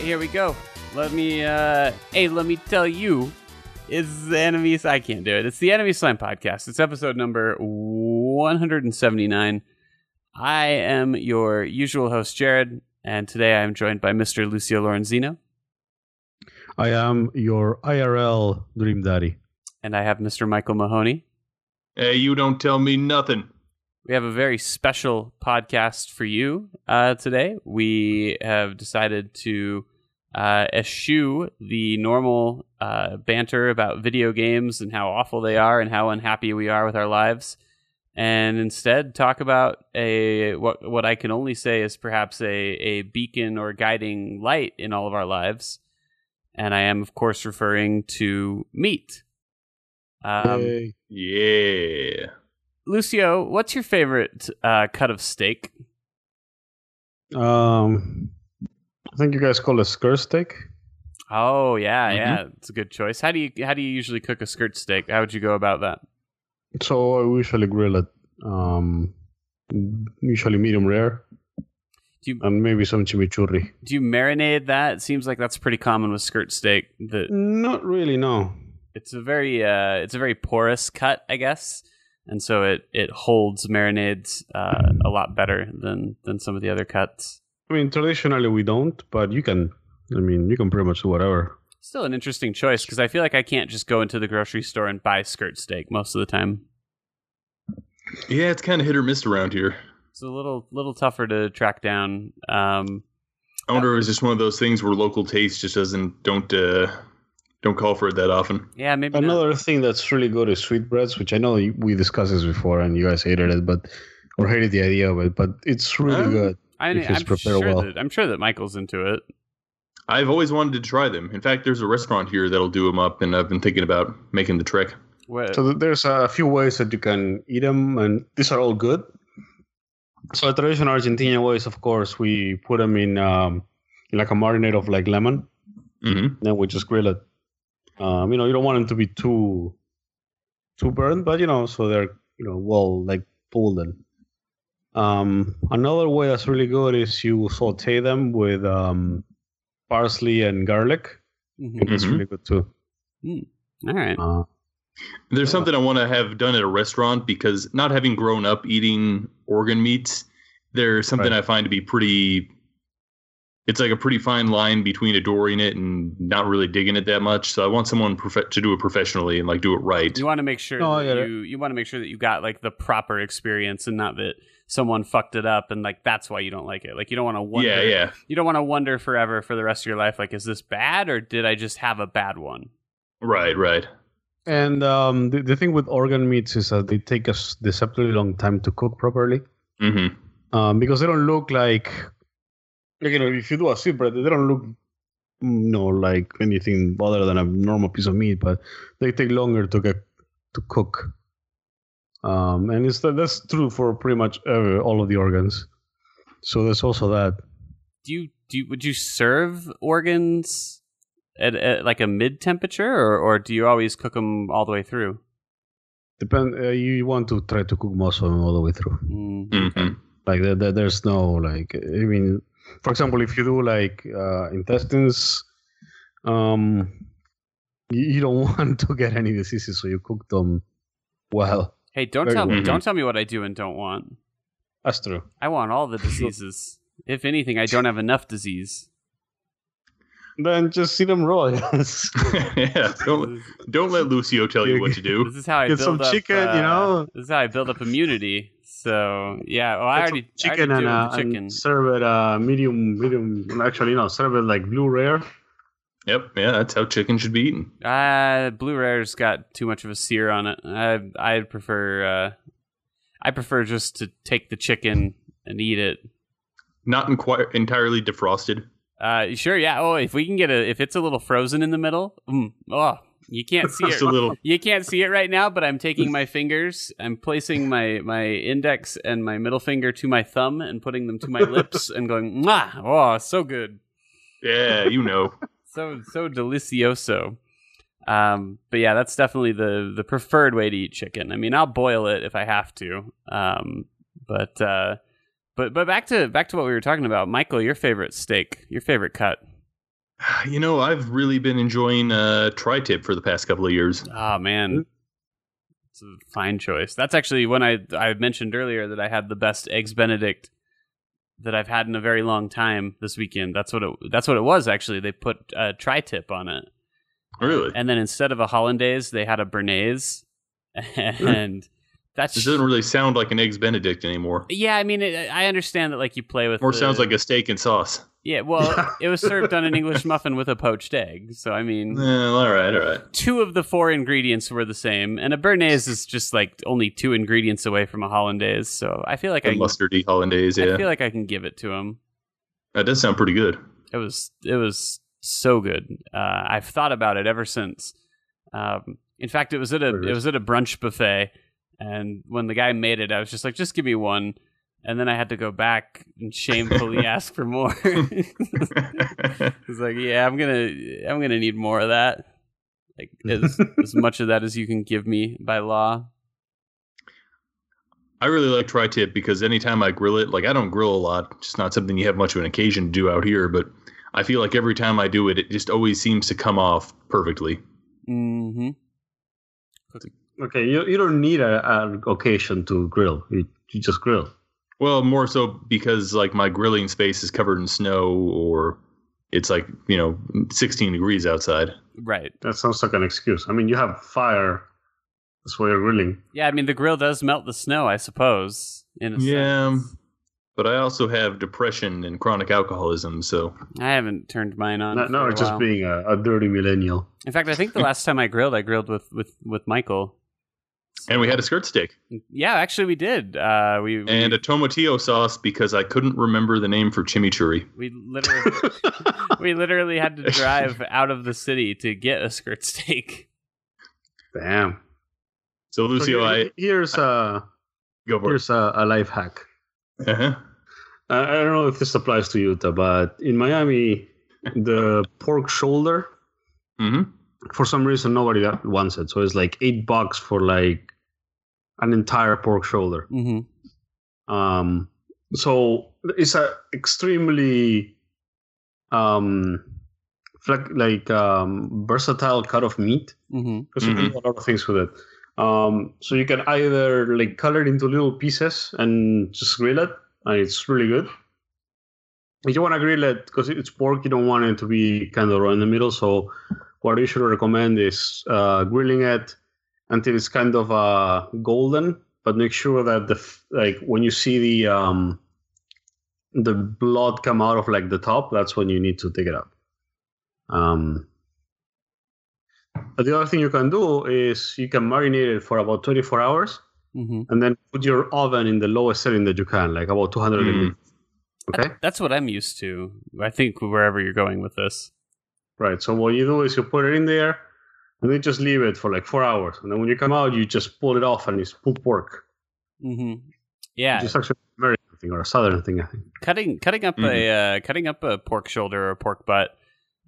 here we go. Let me, uh, hey, let me tell you, it's the enemies. I can't do it. It's the Enemy Slam podcast. It's episode number 179. I am your usual host, Jared, and today I am joined by Mr. Lucio Lorenzino, I am your IRL dream daddy. and I have Mr. Michael Mahoney. Hey, you don't tell me nothing. We have a very special podcast for you uh, today. We have decided to uh, eschew the normal uh, banter about video games and how awful they are and how unhappy we are with our lives, and instead talk about a what what I can only say is perhaps a a beacon or guiding light in all of our lives. And I am, of course, referring to meat. Um, Yay. Yeah. Lucio, what's your favorite uh, cut of steak? Um, I think you guys call it skirt steak. Oh yeah, Mm-hmm. Mhm. yeah, it's a good choice. How do you how do you usually cook a skirt steak? How would you go about that? So I usually grill it, um, usually medium rare, Do you and maybe some chimichurri. do you marinate that? It seems like that's pretty common with skirt steak. That Not really, no. it's a very uh, it's a very porous cut, I guess, and so it it holds marinades uh, a lot better than than some of the other cuts. I mean, traditionally we don't, but you can. I mean, you can pretty much do whatever. Still an interesting choice because I feel like I can't just go into the grocery store and buy skirt steak most of the time. Yeah, it's kind of hit or miss around here. It's a little little tougher to track down. Um, I wonder if it's just one of those things where local taste just doesn't don't uh don't call for it that often. yeah, maybe not. Another thing that's really good is sweetbreads, which I know you- we discussed this before, and you guys hated it, but or hated the idea of it, but it's really Huh? good. I mean, If it's I'm sure prepared well. that I'm sure that Michael's into it. I've always wanted to try them. In fact, there's a restaurant here that'll do them up, and I've been thinking about making the trek. What, So th- there's a few ways that you can eat them, and these are all good. So the traditional Argentinian ways, of course, we put them in, um, in like a marinade of like lemon, Mm-hmm. then we just grill it. Um, you know, you don't want them to be too too burned, but you know, so they're you know well like golden. Um, another way that's really good is you saute them with um, parsley and garlic. Mhm. And That's Mhm. really good too. All right. Uh, There's Uh-huh. something I want to have done at a restaurant because not having grown up eating organ meats, there's something Right. I find to be pretty. It's like a pretty fine line between adoring it and not really digging it that much. So I want someone profe- to do it professionally and like do it right. You want to make sure No, I that get it. you you want to make sure that you got like the proper experience and not that someone fucked it up and like that's why you don't like it. Like you don't want to wonder. Yeah, yeah. You don't want to wonder forever for the rest of your life. Like, is this bad or did I just have a bad one? Right, right. And um, the, the thing with organ meats is that they take us deceptively long time to cook properly hmm um, because they don't look like, like you know, if you do a sweetbread, they don't look, you know, like anything other than a normal piece of meat, but they take longer to get to cook. Um, and it's that that's true for pretty much uh, all of the organs. So there's also that. Do you do you, would you serve organs at, at like a mid temperature or or do you always cook them all the way through? Depend. Uh, you want to try to cook most of them all the way through. Mm. hmm like there, there, there's no like i mean for example if you do like uh, intestines um you, you don't want to get any diseases so you cook them well Hey, don't Very tell me well. don't tell me what I do and don't want. that's true I want all the diseases. if anything, I don't have enough disease. then just eat them raw yes yeah. Don't don't let Lucio tell you what to do. This is how I Get build some up, chicken, you uh, know? This is how I build up immunity. So yeah, well, I Get some already I already chicken and, do uh, the chicken. and serve it uh medium medium actually no serve it like blue rare Yep. Yeah, that's how chicken should be eaten. uh, blue rare's got too much of a sear on it. I I prefer uh, I prefer just to take the chicken and eat it. Not inquire- entirely defrosted. Uh, sure, yeah. Oh, if we can get a if it's a little frozen in the middle, mm, oh, you can't see it. Just a little. You can't see it right now, but I'm taking my fingers. I'm placing my my index and my middle finger to my thumb and putting them to my lips and going, "Mwah! Oh, so good, Yeah, you know. so so delicioso." Um, but yeah, that's definitely the the preferred way to eat chicken. I mean, I'll boil it if I have to. Um, but uh, but but back to back to what we were talking about, Michael. Your favorite steak, your favorite cut. You know, I've really been enjoying uh, tri-tip for the past couple of years. Ah man, it's a fine choice. That's actually when I I mentioned earlier that I had the best eggs Benedict that I've had in a very long time this weekend. That's what it that's what it was actually. They put a tri-tip on it, Really, and then instead of a hollandaise, they had a béarnaise, and that's Hmm. it doesn't really sound like an eggs Benedict anymore. yeah. I mean, it, I understand that like you play with More the- sounds like a steak and sauce. yeah. Well, it was served on an English muffin with a poached egg, so I mean. Well, all right, all right. two of the four ingredients were the same, and a béarnaise is just like only two ingredients away from a hollandaise. So I feel like The I, mustardy hollandaise. I Yeah, feel like I can give it to him. that does sound pretty good. It was it was so good. Uh, I've thought about it ever since. Um, in fact, it was at a it was at a brunch buffet, and when the guy made it, I was just like, just give me one. And then I had to go back and shamefully ask for more. It's like, yeah, I'm gonna, I'm gonna need more of that, like as as much of that as you can give me by law. I really like tri tip because anytime I grill it, like I don't grill a lot, it's just not something you have much of an occasion to do out here, but I feel like every time I do it, it just always seems to come off perfectly. Mm-hmm. Okay, you, you don't need a, an occasion to grill. You, you just grill. Well, more so because like my grilling space is covered in snow or it's like, you know, 16 degrees outside. Right. That sounds like an excuse. I mean, you have fire. That's why you're grilling. Yeah, I mean the grill does melt the snow, I suppose. In a Yeah. sense. But I also have depression and chronic alcoholism, so I haven't turned mine on. No, for no a it's just while. being a, a dirty millennial. In fact, I think the last time I grilled, I grilled with with with Michael. and we had a skirt steak Yeah, actually, we did. Uh, we we- and a tomatillo sauce because I couldn't remember the name for chimichurri. we literally we literally had to drive out of the city to get a skirt steak. Damn. So So Lucio, here- I here's a go for it. here's a, a life hack. Uh-huh. I I don't know if this applies to Utah, but in Miami, the pork shoulder, hmm for some reason, nobody got- wants it. So it's like eight bucks for like an entire pork shoulder. Mm-hmm. Um, so it's a extremely um, flex, like um, versatile cut of meat Mm-hmm. because you can do a lot of things with it. Um, so you can either like cut it into little pieces and just grill it, and it's really good. If you want to grill it, because it's pork, you don't want it to be kind of raw in the middle. So what I usually recommend is uh, grilling it until it's kind of uh, golden, but make sure that the f- like when you see the um, the blood come out of like the top, that's when you need to take it out. Um, but the other thing you can do is you can marinate it for about 24 hours Mm-hmm. and then put your oven in the lowest setting that you can, like about 200 Mm. degrees. Okay? That's what I'm used to. I think wherever you're going with this. Right. So what you do is you put it in there and then just leave it for like four hours. And then when you come out, you just pull it off and it's pulled pork. Mm-hmm. Yeah, Which is actually an American thing or a Southern thing, I think. cutting cutting up a uh, cutting up a pork shoulder or a pork butt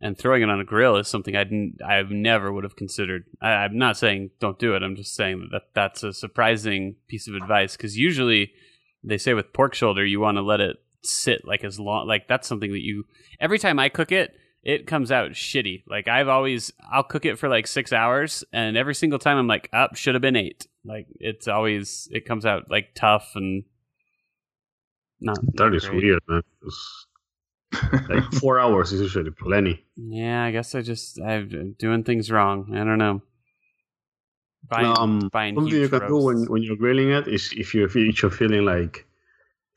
and throwing it on a grill is something I'd n- I never would have considered. I, I'm not saying don't do it. I'm just saying that that's a surprising piece of advice because usually they say with pork shoulder you want to let it sit like as long like that's something that you every time I cook it it comes out shitty. Like I've always I'll cook it for like six hours and every single time I'm like up should have been eight. Like it's always it comes out like tough and. Not, That not is great. weird, man. It's like four hours is usually plenty. Yeah, I guess I just I'm doing things wrong. I don't know. Buying, um, buying something you huge can do when, roasts. when you're grilling it is if you if you're feeling like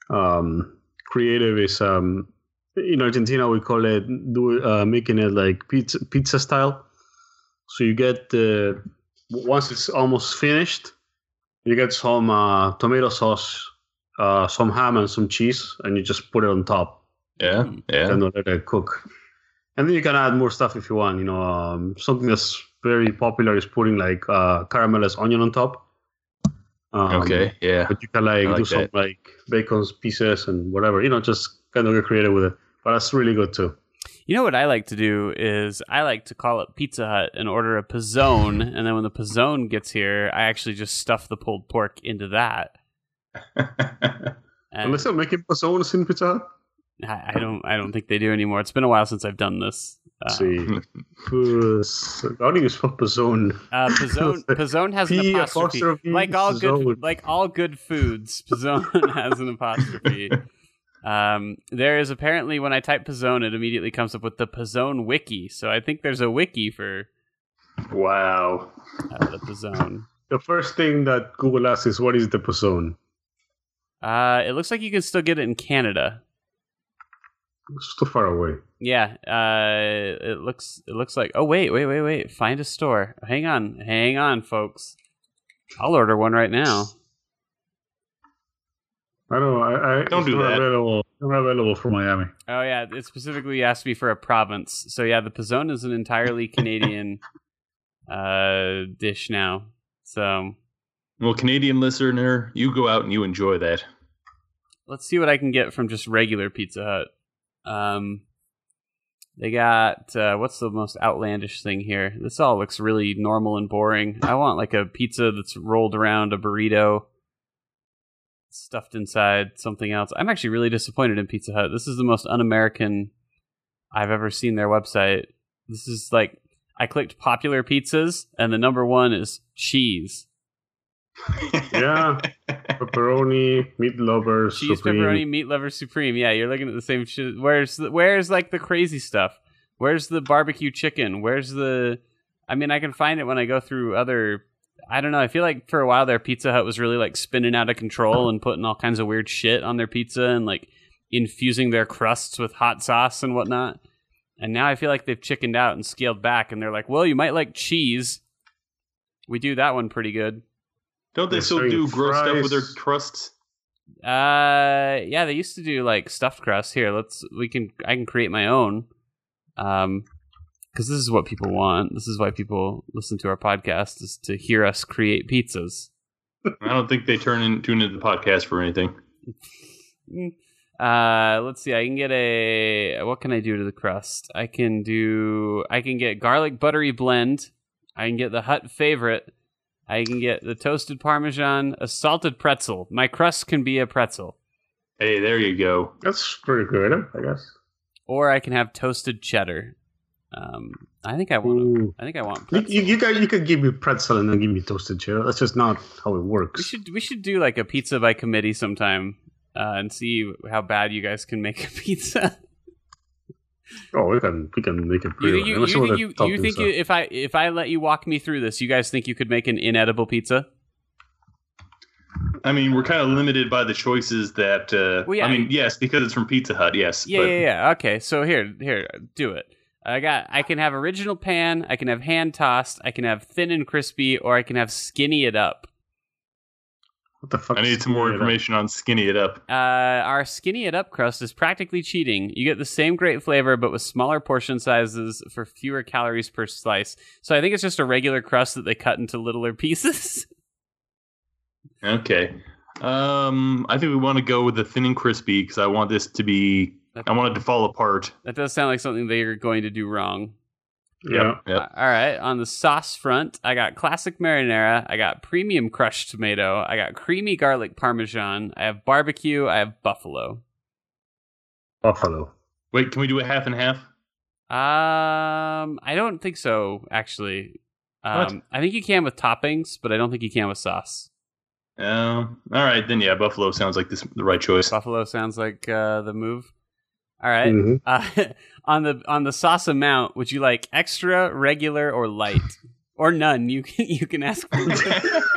um, creative is um, in Argentina we call it do uh, making it like pizza pizza style. So you get the once it's almost finished, you get some uh, tomato sauce, uh, some ham and some cheese, and you just put it on top Yeah, yeah. and let it cook. And then you can add more stuff if you want. You know, um, something that's very popular is putting like uh, caramelized onion on top. Um, okay, yeah. But you can like, I like do some that. like bacon's pieces and whatever. You know, just kind of get creative with it. But that's really good too. you know what I like to do is I like to call up Pizza Hut and order a pizzone, and then when the pizzone gets here, I actually just stuff the pulled pork into that. And And they still making pizzones in Pizza Hut. I, I don't. I don't think they do anymore. It's been a while since I've done this. Uh, Sí. Pues, I only use Pizzone. uh, Pizzone, Pizzone has an P apostrophe. apostrophe like all Pizzone. good, like all good foods, Pizzone has an apostrophe. Um, there is apparently when I type Pizzone, it immediately comes up with the Pizzone wiki. So I think there's a wiki for Wow. uh, the Pizzone. The first thing that Google asks is, what is the Pizzone? Uh, it looks like you can still get it in Canada. It's too far away. Yeah, uh, it looks it looks like. Oh wait, wait, wait, wait! Find a store. Hang on, hang on, folks. I'll order one right now. I don't know. I, I, Don't it's do not that. Available, not available for Miami. Oh yeah, it specifically asked me for a province. So yeah, the pizzone is an entirely Canadian uh, dish now. So Well, Canadian listener, you go out and you enjoy that. let's see what I can get from just regular Pizza Hut. Um, they got uh, what's the most outlandish thing here? This all looks really normal and boring. I want like a pizza that's rolled around a burrito, stuffed inside something else. I'm actually really disappointed in Pizza Hut. This is the most un-American I've ever seen their website. This is like I clicked popular pizzas, and the number one is cheese. Yeah. Pepperoni, meat lovers, cheese supreme. pepperoni meat lover supreme yeah you're looking at the same shit where's the, where's like the crazy stuff where's the barbecue chicken where's the i mean i can find it when i go through other i don't know i feel like for a while their pizza hut was really like spinning out of control and putting all kinds of weird shit on their pizza and like infusing their crusts with hot sauce and whatnot and now i feel like they've chickened out and scaled back and they're like well you might like cheese we do that one pretty good Don't they They're still serving do gross stuff with their fries. crusts? Uh, yeah, they used to do like stuffed crust. Here, let's we can I can create my own. Um, because this is what people want. This is why people listen to our podcast is to hear us create pizzas. I don't think they turn in tune into the podcast for anything. Mm. Uh, let's see. I can get a what can I do to the crust? I can do I can get garlic buttery blend. I can get the hut favorite. I can get the toasted parmesan, a salted pretzel. My crust can be a pretzel. Hey, there you go. That's pretty good, I guess. or I can have toasted cheddar. Um, I think I want. Ooh. I think I want. You, Pretzel. you, you, can, you can give me pretzel and then give me toasted cheddar. That's just not how it we works. should we should do like a pizza by committee sometime uh, and see how bad you guys can make a pizza. Oh, we can we can make it you pretty. think you, you, I'm not sure think, what you, the you, think toppings are. you if I if I let you walk me through this, you guys think you could make an inedible pizza? I mean, we're kind of limited by the choices that. Uh, Well, yeah, I I mean, mean- yes, because it's from Pizza Hut. Yes. Yeah, yeah, yeah. Okay, so here here do it. I got. I can have original pan. I can have hand tossed. I can have thin and crispy, or I can have skinny it up. What the fuck? I need is some more that? information on skinny it up. Uh, our skinny it up crust is practically cheating. You get the same great flavor, but with smaller portion sizes for fewer calories per slice. So I think it's just a regular crust that they cut into littler pieces. Okay. Um, I think we want to go with the thin and crispy because I want this to be. I want it to fall apart. that does sound like something they're going to do wrong. Yeah. Yep. Uh, All right. On the sauce front, I got classic marinara. I got premium crushed tomato. I got creamy garlic parmesan. I have barbecue. I have buffalo. Buffalo. Wait, can we do a half and half? Um, I don't think so. Actually, What? um, I think you can with toppings, but I don't think you can with sauce. Um. all right, then yeah, Buffalo sounds like this the right choice. Buffalo sounds like uh, the move. All right. Mhm. Uh, on the on the sauce amount, would you like extra, regular, or light, or none? You can you can ask. For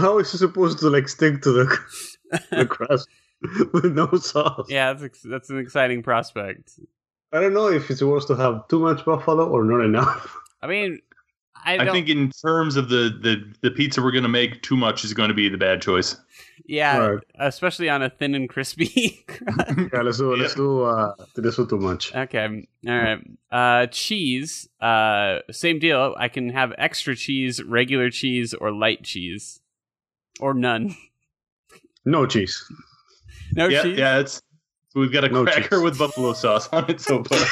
How is she supposed to like stick to the, the crust with no sauce? yeah, that's ex- that's an exciting prospect. I don't know if it's supposed to have too much buffalo or not enough. I mean, I I, don't. think in terms of the, the the pizza we're gonna make, too much is going to be the bad choice. yeah, Right. especially on a thin and crispy. Yeah, let's do let's do uh let's do too much. okay. All right. Uh, cheese. Uh, same deal. I can have extra cheese, regular cheese, or light cheese, or none. No cheese. No yeah, cheese. yeah, it's so we've got a No cracker cheese. with buffalo sauce on it so far.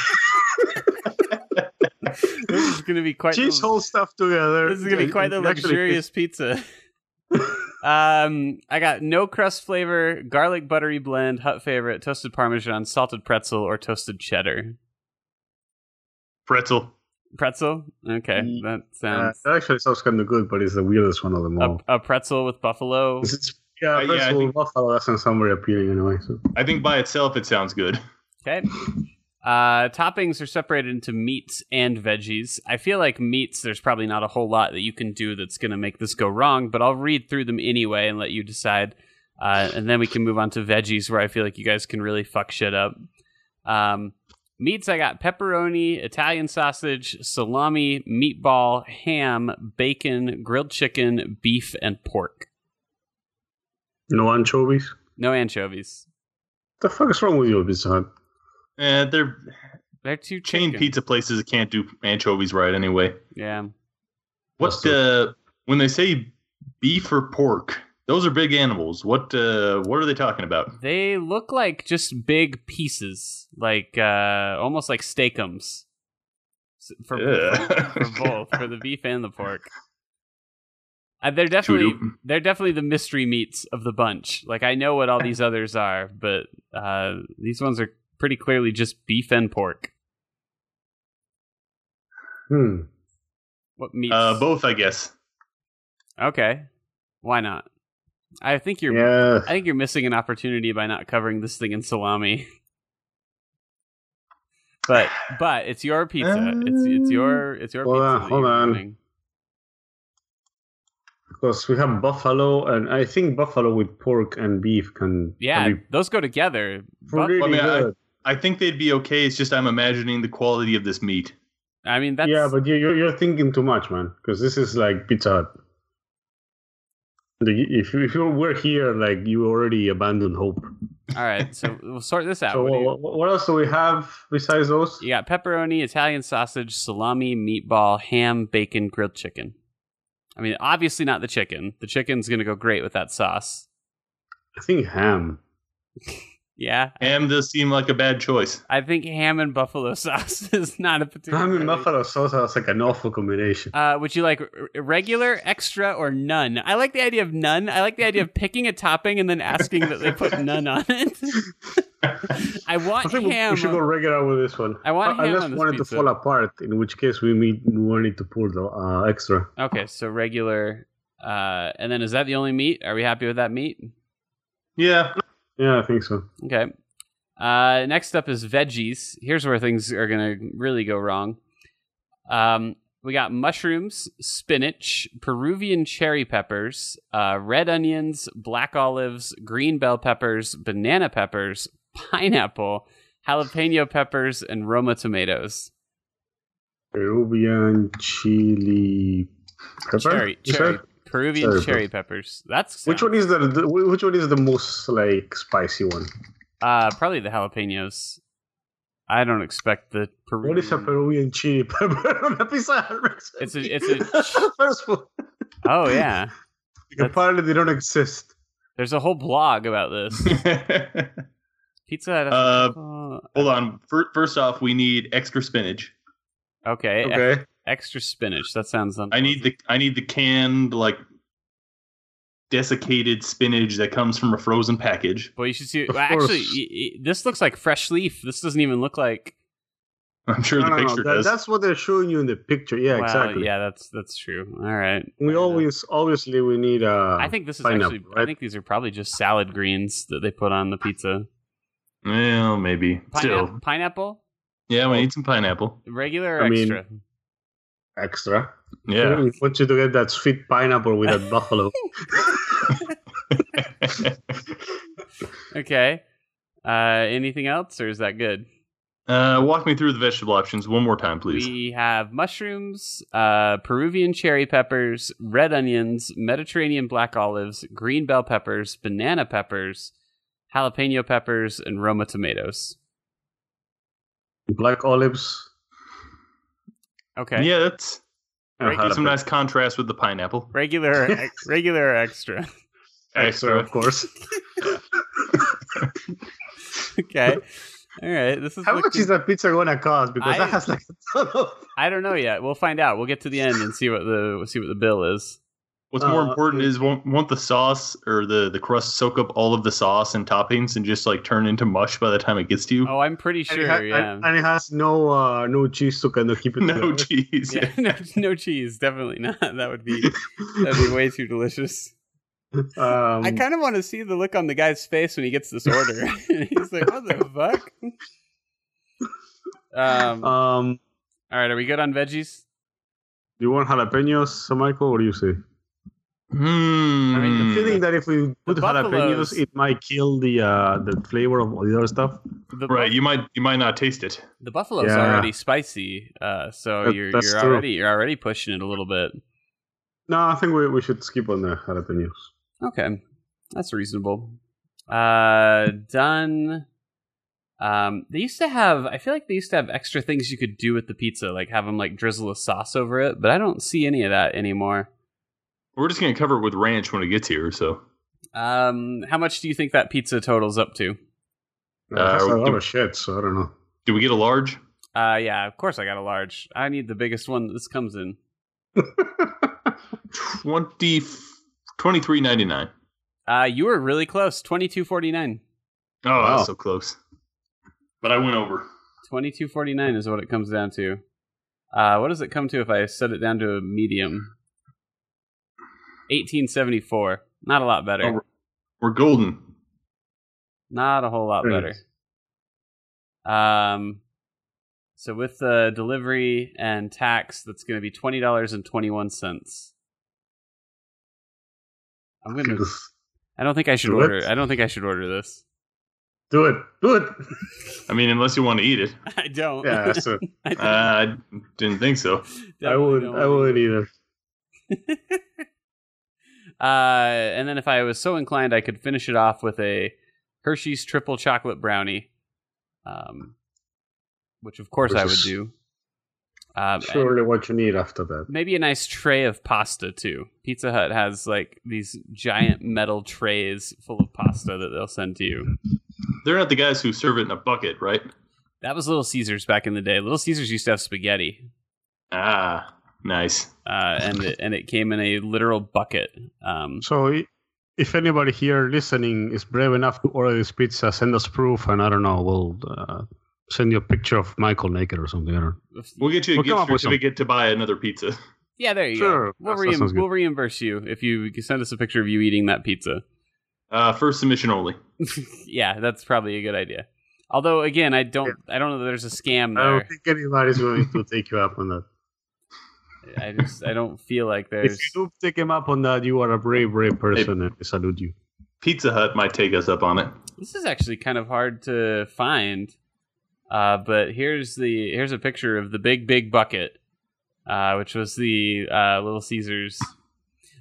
This is gonna be quite. cheese the- whole stuff together. This is gonna be quite the Actually, luxurious pizza. Um, I got no crust flavor, garlic buttery blend, hut favorite, toasted parmesan, salted pretzel, or toasted cheddar. Pretzel. Pretzel? Okay, Mm, that Uh, sounds that actually sounds kind of good, but it's the weirdest one of them all. a, a pretzel with buffalo. This is- yeah, Uh, first yeah, I of all, think- buffalo doesn't sound very appealing anyway. So. I think by itself it sounds good. Okay. Uh, toppings are separated into meats and veggies. I feel like meats, there's probably not a whole lot that you can do that's going to make this go wrong, but I'll read through them anyway and let you decide. Uh, and then we can move on to veggies, where I feel like you guys can really fuck shit up. Um, meats, I got pepperoni, Italian sausage, salami, meatball, ham, bacon, grilled chicken, beef, and pork. No anchovies? No anchovies. The fuck is wrong with you, Pizza Hut? Eh, they're They're too chain chicken. pizza places that can't do anchovies right anyway. Yeah. What uh, when they say beef or pork? Those are big animals. What uh, what are they talking about? They look like just big pieces, like uh, almost like steakums. S- For, Yeah. for both, for the beef and the pork. Uh, they're Should we definitely do- they're definitely the mystery meats of the bunch. Like I know what all these others are, but uh, these ones are pretty clearly just beef and pork. Hmm. What meats? Uh, both, I guess. Okay, why not? I think you're Yeah. I think you're missing an opportunity by not covering this thing in salami. But but it's your pizza. it's it's your it's your Hold pizza. on, that Um, hold you're on. ruining. Because we have buffalo, and I think buffalo with pork and beef can, Yeah, can be those go together. Buff- pretty I mean, I- good. I think they'd be okay. It's just I'm imagining the quality of this meat. I mean that's Yeah, but you, you're, you're thinking too much, man. Because this is like Pizza Hut. The- If, you- if you were here, like you already abandoned hope. all right. So we'll sort this out. so What do what, you, what, what else do we have besides those? you got pepperoni, Italian sausage, salami, meatball, ham, bacon, grilled chicken. I mean, obviously not the chicken. The chicken's gonna go great with that sauce. I think ham. Yeah, Ham does seem like a bad choice. I think ham and buffalo sauce is not a particular. Ham and buffalo sauce sounds like an awful combination. Uh, would you like r- regular, extra, or none? I like the idea of none. I like the idea of picking a topping and then asking that they put none on it. I want I think we- ham. uh, we should go regular with this one. I want I, ham I just on this wanted pizza. to fall apart, in which case we need we need to pull the uh, extra. okay, so regular. Uh, and then is that the only meat? Are we happy with that meat? Yeah, Yeah, I think so. Okay. Uh, next up is veggies. Here's where things are going to really go wrong. Um, we got mushrooms, spinach, Peruvian cherry peppers, uh, red onions, black olives, green bell peppers, banana peppers, pineapple, jalapeno peppers, and Roma tomatoes. Peruvian chili pepper. Cherry, you cherry, said? Peruvian Cherry cherry peppers. That's Which one is the, the wh- which one is the most like spicy one? Uh, probably the jalapenos. I don't expect the Peruvian. What is a Peruvian chili pepper on a pizza? Hut recipe? It's a- it's first of all, Oh yeah. That's- apparently they don't exist. There's a whole blog about this. hold Pizza Hut. has- Uh, oh, on. Fir- First off, we need extra spinach. okay. e- Okay, extra spinach. That sounds. I need the I need the canned like desiccated spinach that comes from a frozen package. Well, you should see. Of Well, actually, course. y- y- this looks like fresh leaf. This doesn't even look like. I'm sure no, the no, no, picture that- does. that's what they're showing you in the picture. Yeah, Wow, exactly. Yeah, that's that's true. All right. We always obviously we need uh I think this is pineapple, actually. I right? think these are probably just salad greens that they put on the pizza. Well, maybe. Pineapple. Still. Pineapple. Yeah, Oh. we need some pineapple. Regular or I mean- extra? extra. Yeah. We want you to get that sweet pineapple with that buffalo. Okay. Uh, anything else, or is that good? uh, walk me through the vegetable options one more time, please. We have mushrooms, uh, Peruvian cherry peppers, red onions, Mediterranean black olives, green bell peppers, banana peppers, jalapeno peppers, and Roma tomatoes. Black olives. Okay. Yeah, that's and Right, that's some jalapeno. nice contrast with the pineapple. Regular, ex- regular, or extra. Extra, of course. Okay. All right. This is. How much looking- is that pizza gonna cost? Because I- that has like a ton of. I don't know yet. We'll find out. We'll get to the end and see what the see what the bill is. What's more Uh, important is won't, won't the sauce or the, the crust soak up all of the sauce and toppings and just like turn into mush by the time it gets to you? Oh, I'm pretty And it sure. ha- yeah. and, and it has no uh, no cheese to kind of keep it. no together. cheese. yeah. No, no cheese, definitely not. That would be that would be way too delicious. Um, I kind of want to see the look on the guy's face when he gets this order. He's like, "What the fuck?" Um, all um, right, are we good on veggies? do you want jalapenos, Michael? What do you say? Mm. Hmm. I mean, the I'm feeling that if we put buffaloes. jalapenos, it might kill the uh, the flavor of all the other stuff. The right, you might you might not taste it. The buffalo's Yeah. already spicy, uh, so That- you're that's you're true. already you're already pushing it a little bit. No, I think we, we should skip on the jalapenos. Okay, that's reasonable. Uh, done. Um, they used to have. I feel like they used to have extra things you could do with the pizza, like have them like drizzle a sauce over it. But I don't see any of that anymore. We're just gonna cover it with ranch when it gets here. So Um, how much do you think that pizza totals up to? Uh, that's Uh, a lot do- of shit, so I don't know. do we get a large? Uh, yeah, of course I got a large. I need the biggest one that this comes in. 20, 23.99. Uh, you were really close. Twenty two forty nine. Oh, Wow. that's so close. But I went over. Twenty two forty nine is what it comes down to. Uh, what does it come to if I set it down to a medium? Eighteen seventy four. Not a lot better. Oh, We're golden. Not a whole lot Very better. Um, so with the delivery and tax, that's going to be twenty dollars and twenty one cents. I'm gonna. I don't think I should Do it. order. I don't think I should order this. Do it. Do it. I mean, unless you want to eat it. I don't. Yeah, that's it. I Uh, I didn't think so. definitely I wouldn't. don't I wanna- wouldn't either. Uh, and then if I was so inclined, I could finish it off with a Hershey's triple chocolate brownie, um, which of course I would Versus- do. Um, Surely, what you need after that. Maybe a nice tray of pasta too. Pizza Hut has like these giant metal trays full of pasta that they'll send to you. They're not the guys who serve it in a bucket, right? That was Little Caesars back in the day. Little Caesars used to have spaghetti, Ah, nice. uh, and it, and it came in a literal bucket. Um, So, i- if anybody here listening is brave enough to order this pizza, send us proof, and I don't know, we'll uh, send you a picture of Michael naked or something. I don't know. We'll get you a We'll come gift up with some. certificate to buy another pizza. yeah, there you go. Sure. We'll, That- that reim- sounds good. we'll reimburse you if you send us a picture of you eating that pizza. Uh, first submission only. yeah, that's probably a good idea. Although again, I don't I don't know that there's a scam I there. don't think anybody's going to take you up on that. I just I don't feel like If there's you do take him up on that, you are a brave, brave person, and I salute you. Pizza Hut might take us up on it. This is actually kind of hard to find. Uh, but here's the here's a picture of the big big bucket, uh, which was the uh, Little Caesars.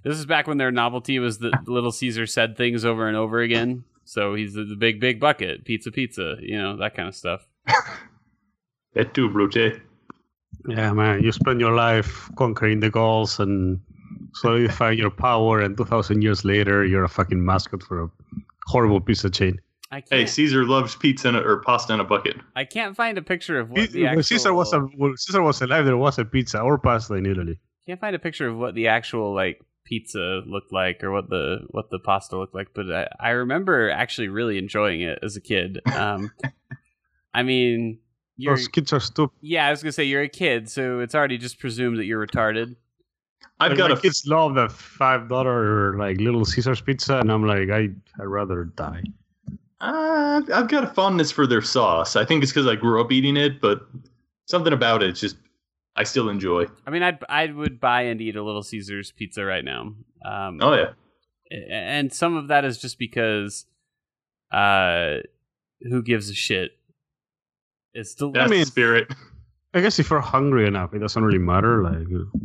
This is back when their novelty was that Little Caesar said things over and over again. So he's the, the big big bucket, pizza pizza, you know that kind of stuff. That too, Brute. Yeah, man, you spend your life conquering the Gauls and solidifying your power, and 2,000 years later, you're a fucking mascot for a horrible pizza chain. I can't Hey, Caesar loves pizza in a, or pasta in a bucket. I can't find a picture of what the actual When Caesar, was a, when Caesar was alive, there was a pizza or pasta in Italy. can't find a picture of what the actual like pizza looked like or what the what the pasta looked like but i, I remember actually really enjoying it as a kid um i mean you're Those kids are stupid. yeah i was gonna say you're a kid so it's already just presumed that you're retarded I've Like, got my a kids love the five dollar like little Caesar's pizza, and I'm like, I I rather die. Uh, I've got a fondness for their sauce. I think it's because I grew up eating it, but something about it's just I still enjoy. i mean i'd i would buy and eat a little caesar's pizza right now um Oh yeah, a- and some of that is just because uh who gives a shit it's delicious that's mean- the spirit. I guess if you're hungry enough, it doesn't really matter. Like, you know.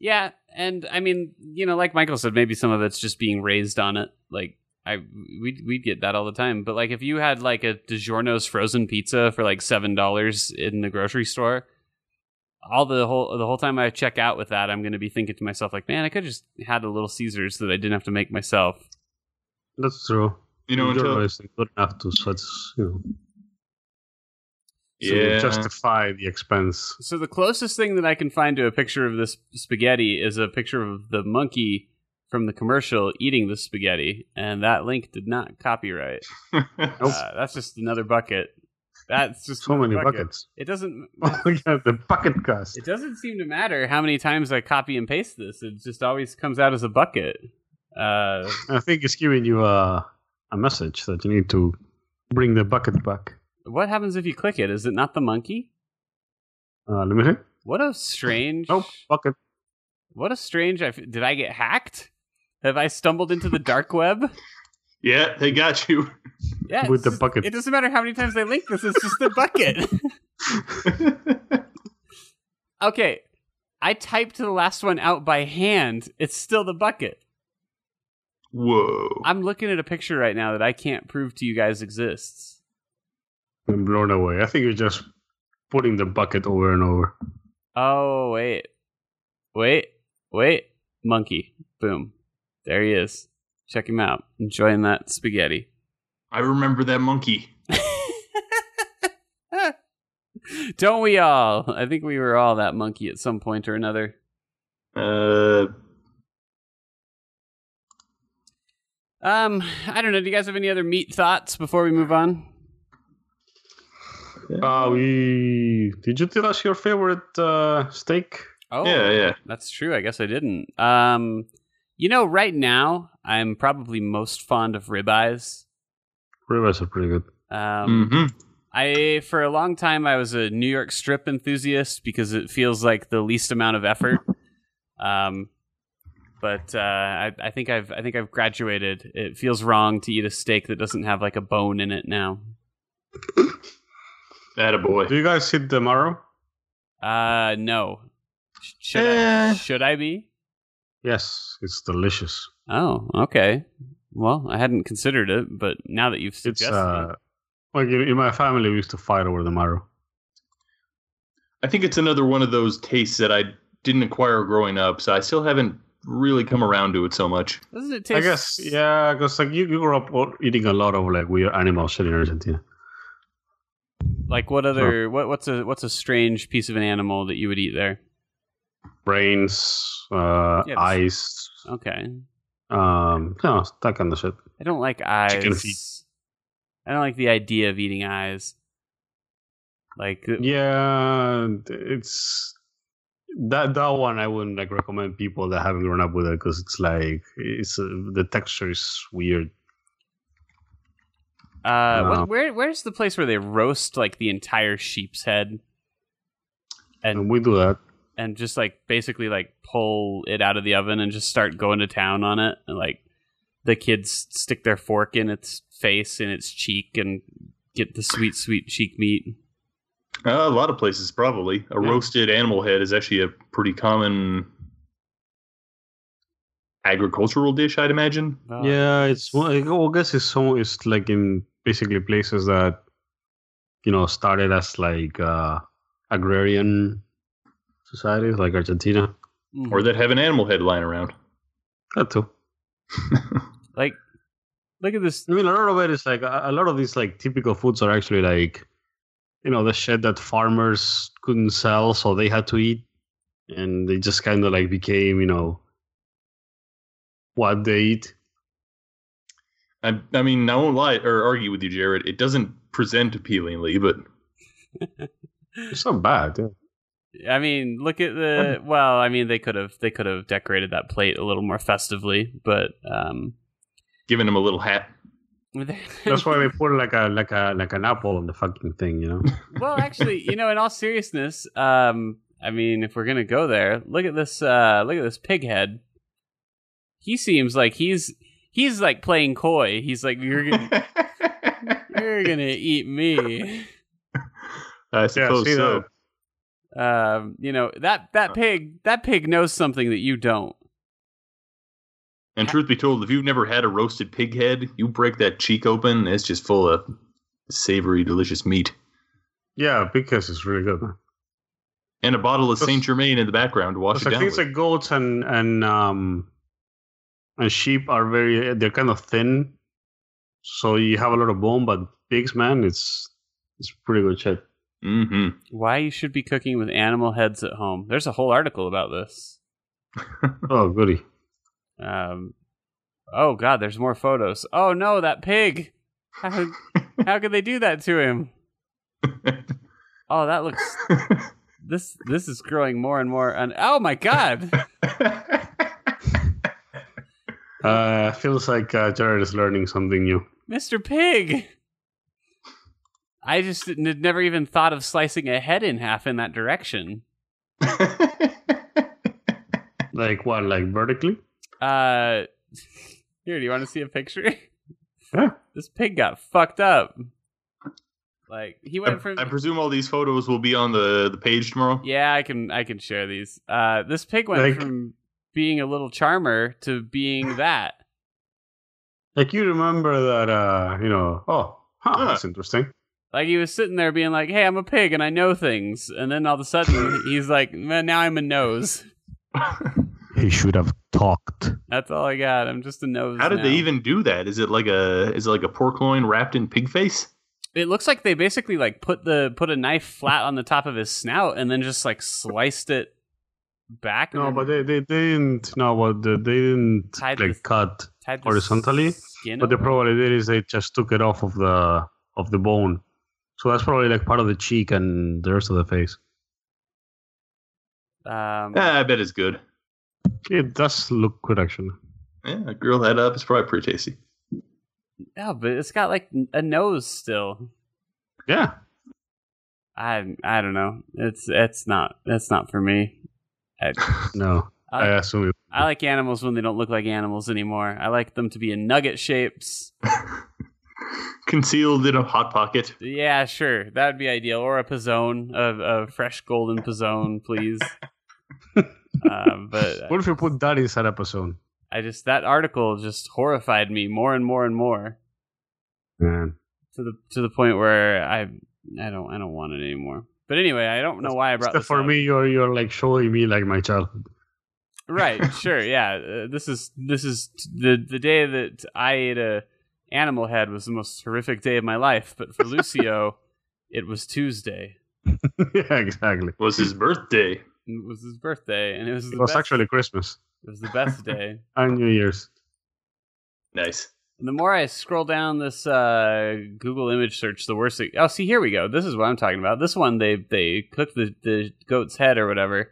Yeah, and I mean, you know, like Michael said, maybe some of it's just being raised on it. Like I, we we get that all the time. But like, if you had like a DiGiorno's frozen pizza for like seven dollars in the grocery store, all the whole the whole time I check out with that, I'm going to be thinking to myself, like, man, I could just had a little Caesars that I didn't have to make myself. that's true. You know, You're until always good enough to, so it's, you know. Yeah. to justify the expense. So the closest thing that I can find to a picture of this spaghetti is a picture of the monkey from the commercial eating the spaghetti, and that link did not copyright. Uh, that's just another bucket. That's just So another many bucket. buckets. It doesn't. Oh yeah, the bucket cost. It doesn't seem to matter how many times I copy and paste this. It just always comes out as a bucket. Uh, I think it's giving you a a message that you need to bring the bucket back. what happens if you click it? Is it not the monkey? Uh, let me see. What a strange. Nope, bucket. What a strange. I f- did I get hacked? Have I stumbled into the dark web? yeah, they got you. Yeah, With it's the just- bucket. It doesn't matter how many times I link this. It's just the bucket. okay, I typed the last one out by hand. It's still the bucket. Whoa. I'm looking at a picture right now that I can't prove to you guys exists. I'm blown away. I think you're just putting the bucket over and over. Oh wait, wait, wait! Monkey, boom, there he is. Check him out, enjoying that spaghetti. I remember that monkey. Don't we all? I think we were all that monkey at some point or another. Uh, Um, I don't know. Do you guys have any other meat thoughts before we move on? Uh, we did you tell us your favorite uh, steak? Oh, yeah, yeah. That's true. I guess I didn't. Um, you know, right now I'm probably most fond of ribeyes. Ribeyes are pretty good. Um, hmm I for a long time I was a New York strip enthusiast because it feels like the least amount of effort. Um, but uh, I, I think I've I think I've graduated. It feels wrong to eat a steak that doesn't have like a bone in it now. That a boy. Do you guys eat the marrow? Uh, no. Sh- Should I, Eh. should I be? Yes, it's delicious. Oh, okay. Well, I hadn't considered it, but now that you've It's suggested it, uh, like in in my family we used to fight over the marrow. I think it's another one of those tastes that I didn't acquire growing up, so I still haven't really come around to it so much. doesn't it taste? I guess yeah, because like you, you grew up o- eating a lot of like weird animals here in Argentina. Like what other what what's a what's a strange piece of an animal that you would eat there? Brains, uh, Yeah, but- eyes, Okay, um, no, that kind of shit. I don't like eyes. Chicken feet. I don't like the idea of eating eyes. Like uh, Yeah, it's that that one I wouldn't like recommend people that haven't grown up with it because it's like it's uh, the texture is weird. uh, No. what, where where's the place where they roast like the entire sheep's head And and we do that. and just like basically like pull it out of the oven and just start going to town on it and like the kids stick their fork in its face and its cheek and get the sweet sweet cheek meat. Uh, a lot of places, probably. A Yeah. roasted animal head is actually a pretty common agricultural dish, I'd imagine. Oh, yeah, it's well, I go- I guess it's so it's like in basically places that you know started as like uh agrarian societies like Argentina. Mm. Hmm. Or that have an animal head lying around. That too. like look at this I mean, a lot of it is like a a lot of these like typical foods are actually like, you know, the shit that farmers couldn't sell, so they had to eat, and they just kind of like became, you know, what they eat. I, I mean, I won't lie or argue with you, Jared. It doesn't present appealingly, but It's not bad. Yeah. I mean, look at the well, I mean they could have they could have decorated that plate a little more festively, but um giving him a little hat. That's why they put like a like a like an apple on the fucking thing, you know. well, actually, you know, in all seriousness, um I mean, if we're going to go there, look at this uh look at this pig head. He seems like he's he's like playing coy. He's like you're gonna, you're going to eat me. I suppose see so. that? Um, you know, that that pig that pig knows something that you don't. And truth be told, if you've never had a roasted pig head, you break that cheek open, it's just full of savory, delicious meat. Yeah, because it's really good. man. And a bottle of That's- Saint Germain in the background to wash Because it I down. think it's with. like goats and and um and sheep are very they're kind of thin, so you have a lot of bone. But pigs, man, it's it's pretty good shit. Mm-hmm. Why you should be cooking with animal heads at home. There's a whole article about this. Oh, goody. Um, oh God, there's more photos. Oh no, that pig! How, how could they do that to him? Oh, that looks Mm-hmm. this this is growing more and more. Un- oh my God! Uh, feels like uh, Jared is learning something new. Mr. Pig. I just didn't- had never even thought of slicing a head in half in that direction. Like what? Like vertically? Uh, here, do you want to see a picture? Yeah. This pig got fucked up. Like he I, went from I presume all these photos will be on the, the page tomorrow. yeah, I can I can share these. Uh, this pig went Like- from being a little charmer to being that. Like you remember that? Uh, you know? Oh, huh, Huh. that's interesting. Like he was sitting there being like, "Hey, I'm a pig and I know things," and then all of a sudden he's like, "Man, "Now I'm a nose." He should have talked. That's all I got. I'm just a nose. How did they now. even do that? Is it like a is it like a pork loin wrapped in pig face? It looks like they basically like put the put a knife flat on the top of his snout and then just like sliced it back. No, and but they, they didn't know what the, they didn't Tied like with- cut. tied the horizontally, skin What they over. probably did is they just took it off of the of the bone. So that's probably like part of the cheek and the rest of the face. Um, Ah, I bet it's good. It does look good actually. Yeah, grill that up. It's probably pretty tasty. yeah, but it's got like a nose still. Yeah. I I don't know. It's it's not it's not for me. No, I I like, assume it. I like animals when they don't look like animals anymore. I like them to be in nugget shapes. Concealed in a hot pocket. Yeah, sure, that would be ideal. Or a pizzone, a, a fresh golden pizzone, please. um, but What if you put that inside a person? I just that article just horrified me more and more and more Man. to the to the point where I I don't I don't want it anymore. But anyway, I don't know why I brought Except this for up. me, you're you're like showing me like my childhood. Right, sure, yeah. Uh, this is this is t- the the day that I ate a animal head was the most horrific day of my life. But for Lucio, it was Tuesday. yeah, exactly. Was his birthday. It was his birthday, and it was the It was best, actually Christmas it was the best day. and New Year's. Nice. And the more I scroll down this uh, Google image search, the worse it. Oh, see, here we go. This is what I'm talking about. This one, they they cooked the, the goat's head or whatever,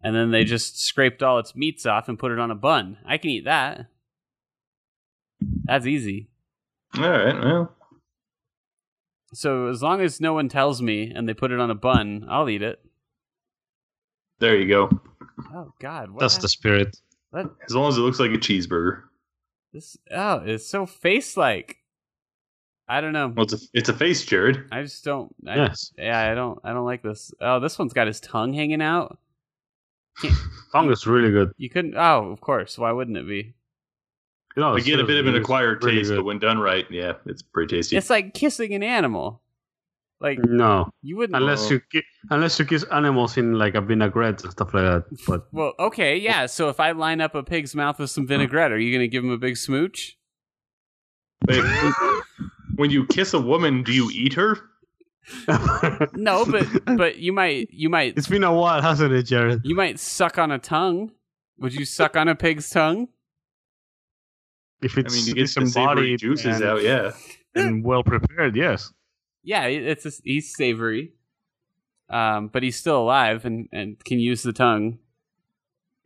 and then they just scraped all its meats off and put it on a bun. I can eat that. That's easy. All right. Well, So as long as no one tells me and they put it on a bun, I'll eat it. there you go. Oh God, what? That's the spirit. hap- what- As long as it looks like a cheeseburger. this oh, it's so face like. I don't know. Well, it's a, it's a face, Jared. I just don't. I, yes. Yeah, I don't. I don't like this. Oh, this one's got his tongue hanging out. Tongue is really good. You couldn't. Oh, of course. Why wouldn't it be? You know, I get a bit of seriously, an it's acquired really taste, good. but when done right, yeah, it's pretty tasty. It's like kissing an animal. Mm. Like No, you wouldn't. unless you ki- unless you kiss animals in like a vinaigrette and stuff like that. But Well, okay, yeah. So if I line up a pig's mouth with some vinaigrette, are you going to give him a big smooch? Wait, when you kiss a woman, do you eat her? No, but but you might you might it's been a while, hasn't it, Jared? you might suck on a tongue. Would you suck on a pig's tongue? If I it's mean, you get it's some savory embodied juices and, out. Yeah, and well prepared, yes. Yeah, it- it's a, he's savory, um, but he's still alive and and can use the tongue.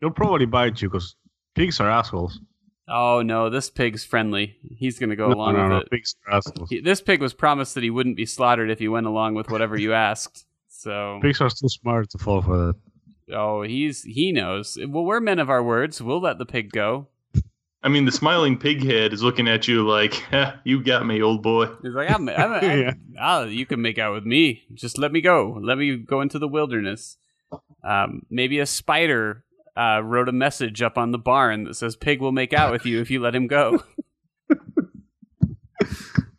He'll probably bite you because pigs are assholes. Oh no, this pig's friendly. He's going to go no, along no, with no, it. pigs are assholes. He, this pig was promised that he wouldn't be slaughtered if he went along with whatever you asked. So Pigs are too smart to fall for that. Oh, he's he knows. Well, we're men of our words. We'll let the pig go. I mean, the smiling pig head is looking at you like, "Ha, "You got me, old boy." He's like, I'm, I'm, I'm Yeah. ah, you can make out with me. Just let me go. Let me go into the wilderness. Um, maybe a spider uh, wrote a message up on the barn that says, "Pig will make out with you if you let him go."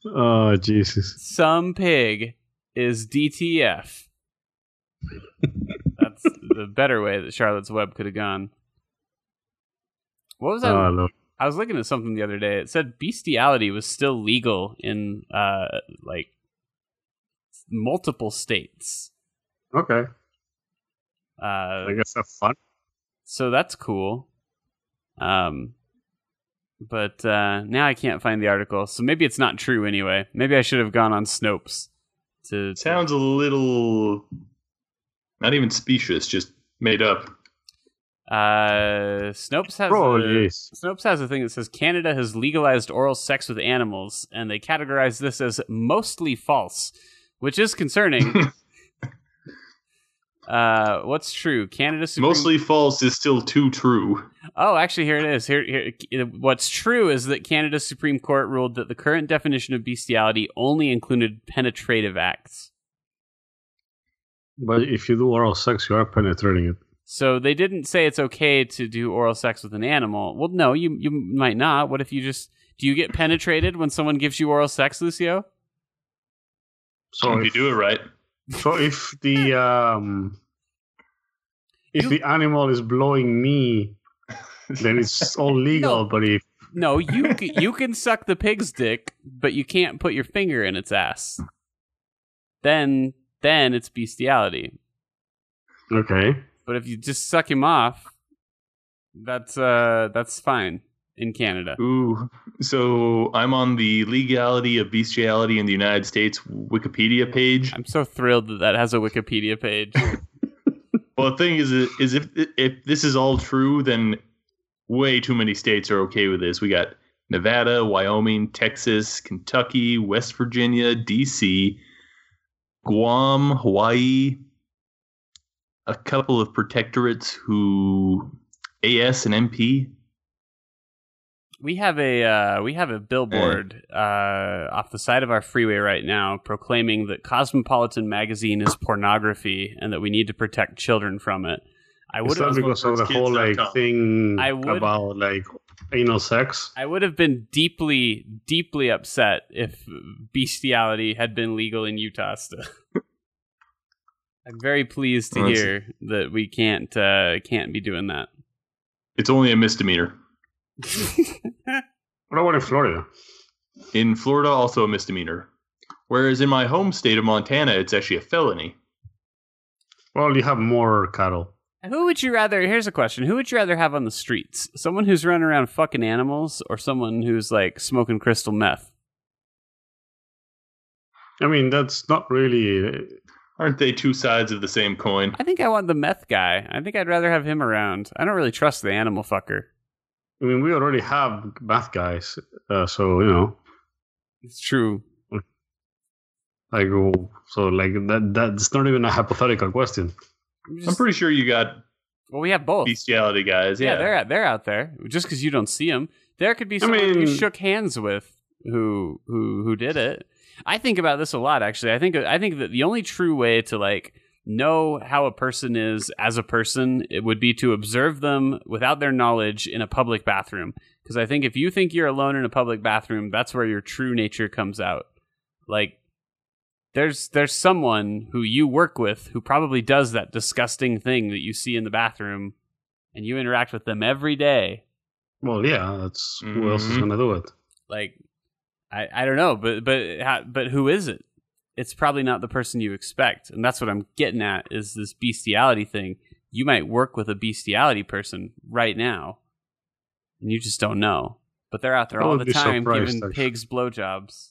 Oh Jesus! Some pig is DTF. That's the better way that Charlotte's Web could have gone. What was that? Oh, Lord. Ah, I was looking at something the other day. It said bestiality was still legal in uh like multiple states. Okay. Uh, I guess that's fun. so that's cool. Um, but uh, now I can't find the article, so maybe it's not true anyway. Maybe I should have gone on Snopes to. to- Sounds a little not even specious, just made up. Uh, Snopes has Oh, a- yes. Snopes has a thing that says Canada has legalized oral sex with animals, and they categorize this as mostly false, which is concerning. uh, what's true? Canada Supreme- Mostly false is still too true. Oh, actually, here it is. Here, here, uh, what's true is that Canada's Supreme Court ruled that the current definition of bestiality only included penetrative acts. But if you do oral sex, you are penetrating it. So they didn't say it's okay to do oral sex with an animal. Well, no, you you might not. What if you just do you get penetrated when someone gives you oral sex, Lucio? So if you if, do it right. so if the um, if You- the animal is blowing me, then it's all legal. But if No, you c- you can suck the pig's dick, but you can't put your finger in its ass. Then then it's bestiality. okay, But if you just suck him off, that's uh that's fine in Canada. Ooh. So I'm on the legality of bestiality in the United States Wikipedia page. I'm so thrilled that that has a Wikipedia page. Well, the thing is, is if if this is all true, then way too many states are okay with this. We got Nevada, Wyoming, Texas, Kentucky, West Virginia, D.C., Guam, Hawaii, a couple of protectorates who AS and MP. We have a uh, we have a billboard Mm. uh, off the side of our freeway right now proclaiming that Cosmopolitan magazine is pornography and that we need to protect children from it. I it's would not have because of the whole like kids.com. thing I would- about like anal sex. I would have been deeply deeply upset if bestiality had been legal in Utah. Still, I'm very pleased to Well, that's- hear that we can't uh, can't be doing that. It's only a misdemeanor. What about in Florida? In Florida, also a misdemeanor. Whereas in my home state of Montana, it's actually a felony. Well, you have more cattle. Who would you rather? Here's a question: Who would you rather have on the streets? Someone who's running around fucking animals, or someone who's like smoking crystal meth? I mean, that's not really. Aren't they two sides of the same coin? I think I want the meth guy. I think I'd rather have him around. I don't really trust the animal fucker. I mean, we already have math guys, uh, so you know, It's true. like, oh, so like that. That's not even a hypothetical question. I'm I'm just- pretty sure you got well, we have both. bestiality guys. yeah, Yeah, they're out, they're out there. Just because you don't see them, there could be someone you mean- shook hands with who who who did it. I think about this a lot, actually. I think I think that the only true way to like know how a person is as a person it would be to observe them without their knowledge in a public bathroom. Because I think if you think you're alone in a public bathroom, that's where your true nature comes out. Like there's there's someone who you work with who probably does that disgusting thing that you see in the bathroom and you interact with them every day Well, yeah, that's who else is Mhm. gonna do it. like i i don't know but but ha- but who is it it's probably not the person you expect and that's what i'm getting at is this bestiality thing you might work with a bestiality person right now and you just don't know but they're out there I all would the be time surprised, giving actually. pigs blowjobs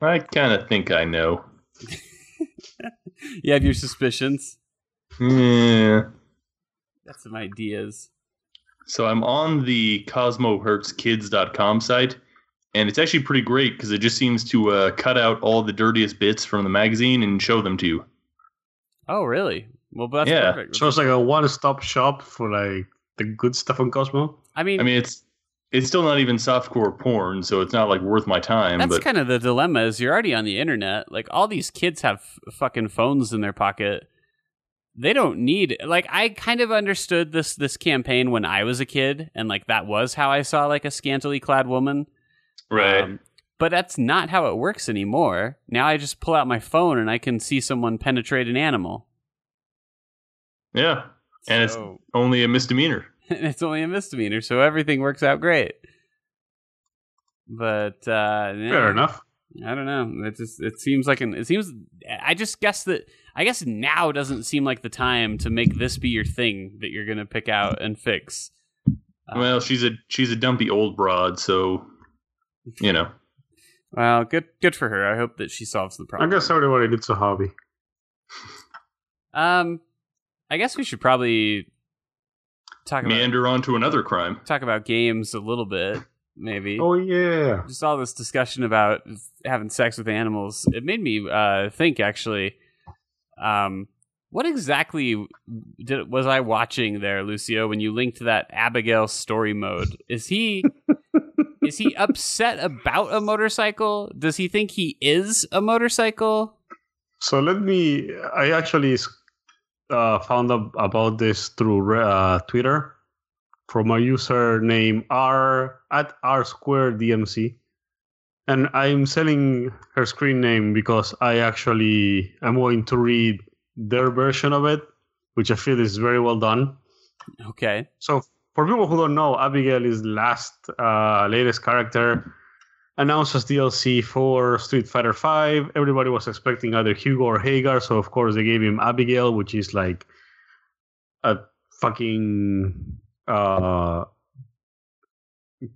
I kind of think I know. you have your suspicions Yeah. that's some ideas So I'm on the CosmoHurtsKids.com site, and it's actually pretty great because it just seems to uh, cut out all the dirtiest bits from the magazine and show them to you. oh really well that's Yeah, perfect So it's like a one-stop shop for like the good stuff on Cosmo. i mean I mean, it's it's still not even softcore porn, so it's not like worth my time. That's but kind of the dilemma is you're already on the internet. Like all these kids have f- fucking phones in their pocket. They don't need like I kind of understood this this campaign when I was a kid and like that was how I saw like a scantily clad woman. right. Um, but that's not how it works anymore. Now I just pull out my phone and I can see someone penetrate an animal. yeah, And it's- So- only a misdemeanor. it's only a misdemeanor, so everything works out great. But uh Fair yeah. enough. I don't know. It just it seems like an it seems. I just guess that I guess now doesn't seem like the time to make this be your thing that you're gonna pick out and fix. Uh, well, she's a she's a dumpy old broad, so you know. well, good good for her. I hope that she solves the I problem. guess everybody needs a hobby. Um, I guess we should probably talk about Meander on to another crime. talk about games a little bit, maybe. Oh yeah. Just all this discussion about having sex with animals. It made me uh, think actually. Um, what exactly did was I watching there, Lucio? When you linked that Abigail story mode, is he? Is he upset about a motorcycle? Does he think he is a motorcycle? So let me. I actually uh, found out about this through uh, Twitter from a user named R at R Square DMC, and I'm selling her screen name because I actually am going to read their version of it, which I feel is very well done. Okay. So for people who don't know, Abigail is last uh, latest character announced as DLC for Street Fighter V. Everybody was expecting either Hugo or Hagar, so of course they gave him Abigail, which is like a fucking uh,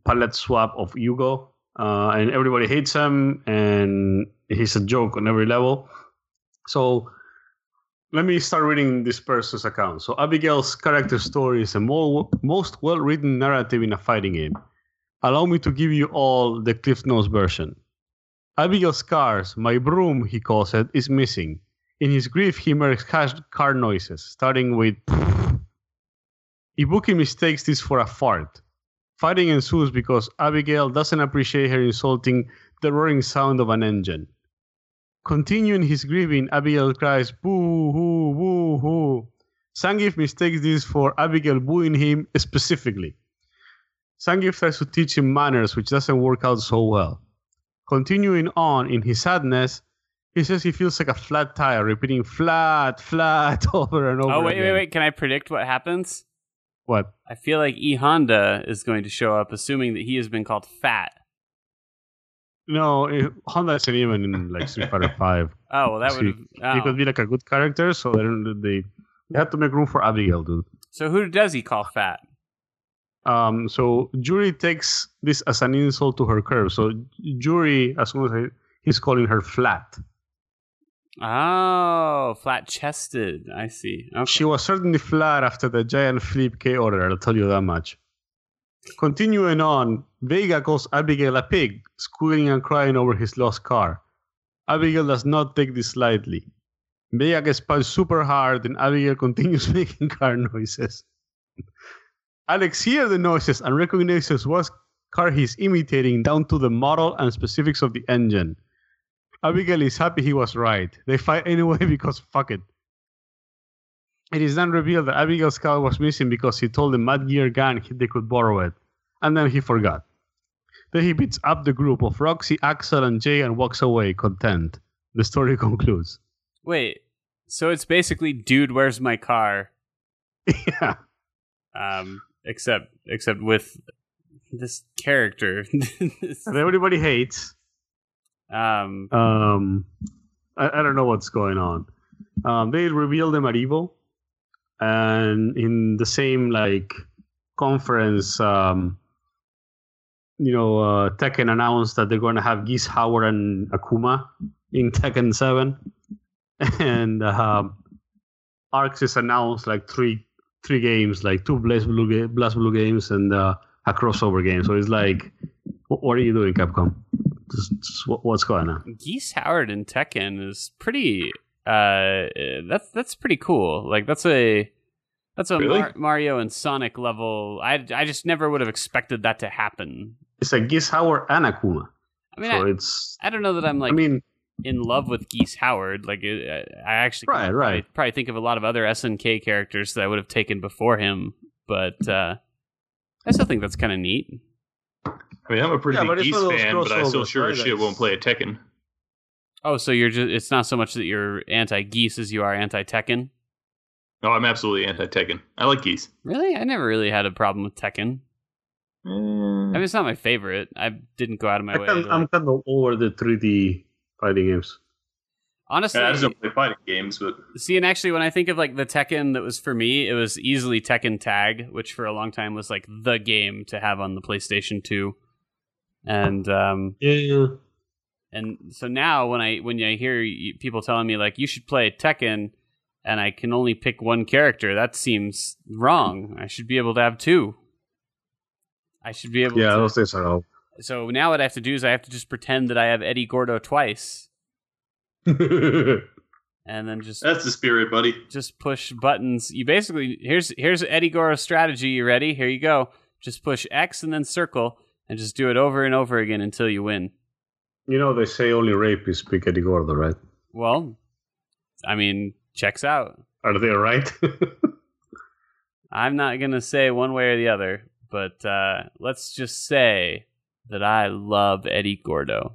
palette swap of Hugo. Uh, and everybody hates him, and he's a joke on every level. So let me start reading this person's account. So Abigail's character story is the more, most well-written narrative in a fighting game. Allow me to give you all the Cliff Notes version. Abigail's cars, my broom, he calls it, is missing. In his grief, he makes ca- car noises, starting with. Ibuki mistakes this for a fart. Fighting ensues because Abigail doesn't appreciate her insulting the roaring sound of an engine. Continuing his grieving, Abigail cries, boo hoo, boo hoo. Sangif mistakes this for Abigail booing him specifically. Sangif tries to teach him manners, which doesn't work out so well. Continuing on in his sadness, he says he feels like a flat tire, repeating flat, flat over and over. Oh wait, wait, again. wait! Can I predict what happens? What? I feel like E Honda is going to show up, assuming that he has been called fat. No, it, Honda isn't even in like Street Fighter Five. Oh well, that would. He have could be like a good character, so they don't- they they had to make room for Abigail, dude. So who does he call fat? Um, so Jury takes this as an insult to her curve. So Jury, as soon as I, he's calling her flat, Oh, flat chested. I see. Okay. she was certainly flat after the giant flip K order. I'll tell you that much. Continuing on, Vega calls Abigail a pig, squealing and crying over his lost car. Abigail does not take this lightly. Vega gets punched super hard, and Abigail continues making car noises. Alex hears the noises and recognizes what car he's imitating down to the model and specifics of the engine. Abigail is happy he was right. They fight anyway because fuck it. It is then revealed that Abigail's car was missing because he told the Mad Gear gang he- they could borrow it, and then he forgot. Then he beats up the group of Roxy, Axel, and Jay and walks away, content. The story concludes. Wait. So it's basically, dude, where's my car? yeah. Um, except except with this character. That everybody hates. um, Um, I, I don't know what's going on. Um, they reveal the Maribo, and in the same like conference, um, you know, uh, Tekken announced that they're going to have Geese Howard and Akuma in Tekken Seven, and um, Arxis announced like three three games, like two Blaze Blue, ga- Blaze Blue games and uh, a crossover game. So it's like, wh- what are you doing, Capcom? Just, just what- what's going on? Geese Howard in Tekken is pretty. Uh, that's that's pretty cool. Like that's a that's a Really? Mar- Mario and Sonic level. I I just never would have expected that to happen. It's like Geese Howard and Akuma. I mean, so I, it's. I don't know that I'm like I mean, in love with Geese Howard. Like I, I actually Right, can't right. probably, probably think of a lot of other SNK characters that I would have taken before him, but uh, I still think that's kind of neat. I mean, I'm a pretty Yeah, big but it's Geese one of those fan, but I still crossovers, sure as right? shit That's- won't play a Tekken. Oh, so you're just—it's not so much that you're anti-geese as you are anti-Tekken. Oh, No, I'm absolutely anti Tekken. I like Geese. Really, I never really had a problem with Tekken. I mean, it's not my favorite. I didn't go out of my Mm. I way. can, to- I'm kind of over the 3D fighting games. Honestly, Yeah, I just don't play fighting games, but See, and actually, when I think of like the Tekken that was for me, it was easily Tekken Tag, which for a long time was like the game to have on the PlayStation Two, and um, Yeah, yeah. and so now when I when I hear y- people telling me like you should play Tekken, and I can only pick one character, that seems wrong. I should be able to have two. I should be able. yeah to, those days are out. so now what I have to do is I have to just pretend that I have Eddie Gordo twice, and then just that's the spirit, buddy. just push buttons. You basically here's here's Eddie Goro's strategy. You ready? Here you go. Just push X and then circle, and just do it over and over again until you win. you know, they say only rapists pick Eddie Gordo, right? Well, I mean, checks out. Are they right? I'm not gonna say one way or the other, but uh, let's just say that I love Eddie Gordo.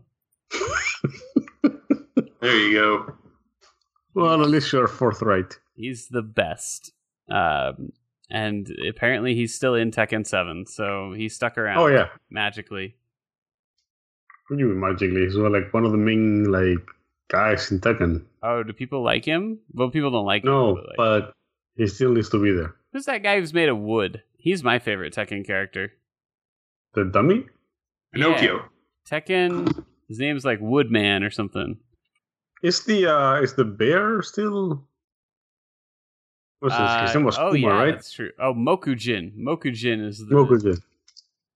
There you go. well, at least you're forthright. He's the best. Um, and apparently he's still in Tekken 7, so he stuck around Oh, yeah. magically. What do you mean magically? He's well, like one of the main like guys in Tekken. Oh, do people like him? Well, people don't like him. No, like- but he still needs to be there. Who's that guy who's made of wood? He's my favorite Tekken character. The dummy? Pinocchio. Yeah, Tekken. His name's like Woodman or something. Is the uh is the bear still? What's this? His Uh, name was oh Kuma, yeah, right? that's true. Oh, Mokujin. Mokujin is the Mokujin.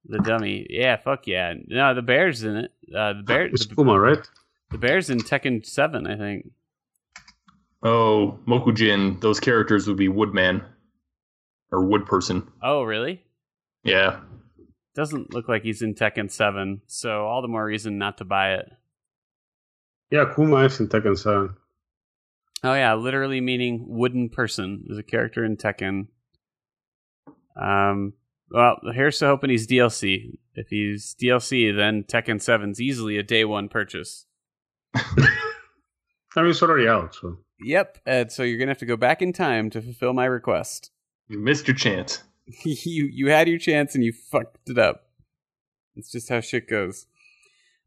the dummy. Yeah, fuck yeah. No, the bear's in it. Uh, the bear. It's The, Kuma, right? the bear's in Tekken Seven, I think. Oh, Mokujin. Those characters would be Woodman or Wood Person. Oh really? Yeah. Doesn't look like he's in Tekken Seven, so all the more reason not to buy it. Yeah, Kuma is in Tekken 7. Oh yeah, literally meaning wooden person is a character in Tekken. Um, well, here's to hoping he's DLC. If he's DLC, then Tekken 7's easily a day one purchase. I mean, it's already out, so Yep, and so you're gonna have to go back in time to fulfill my request. You missed your chance. you you had your chance and you fucked it up. It's just how shit goes.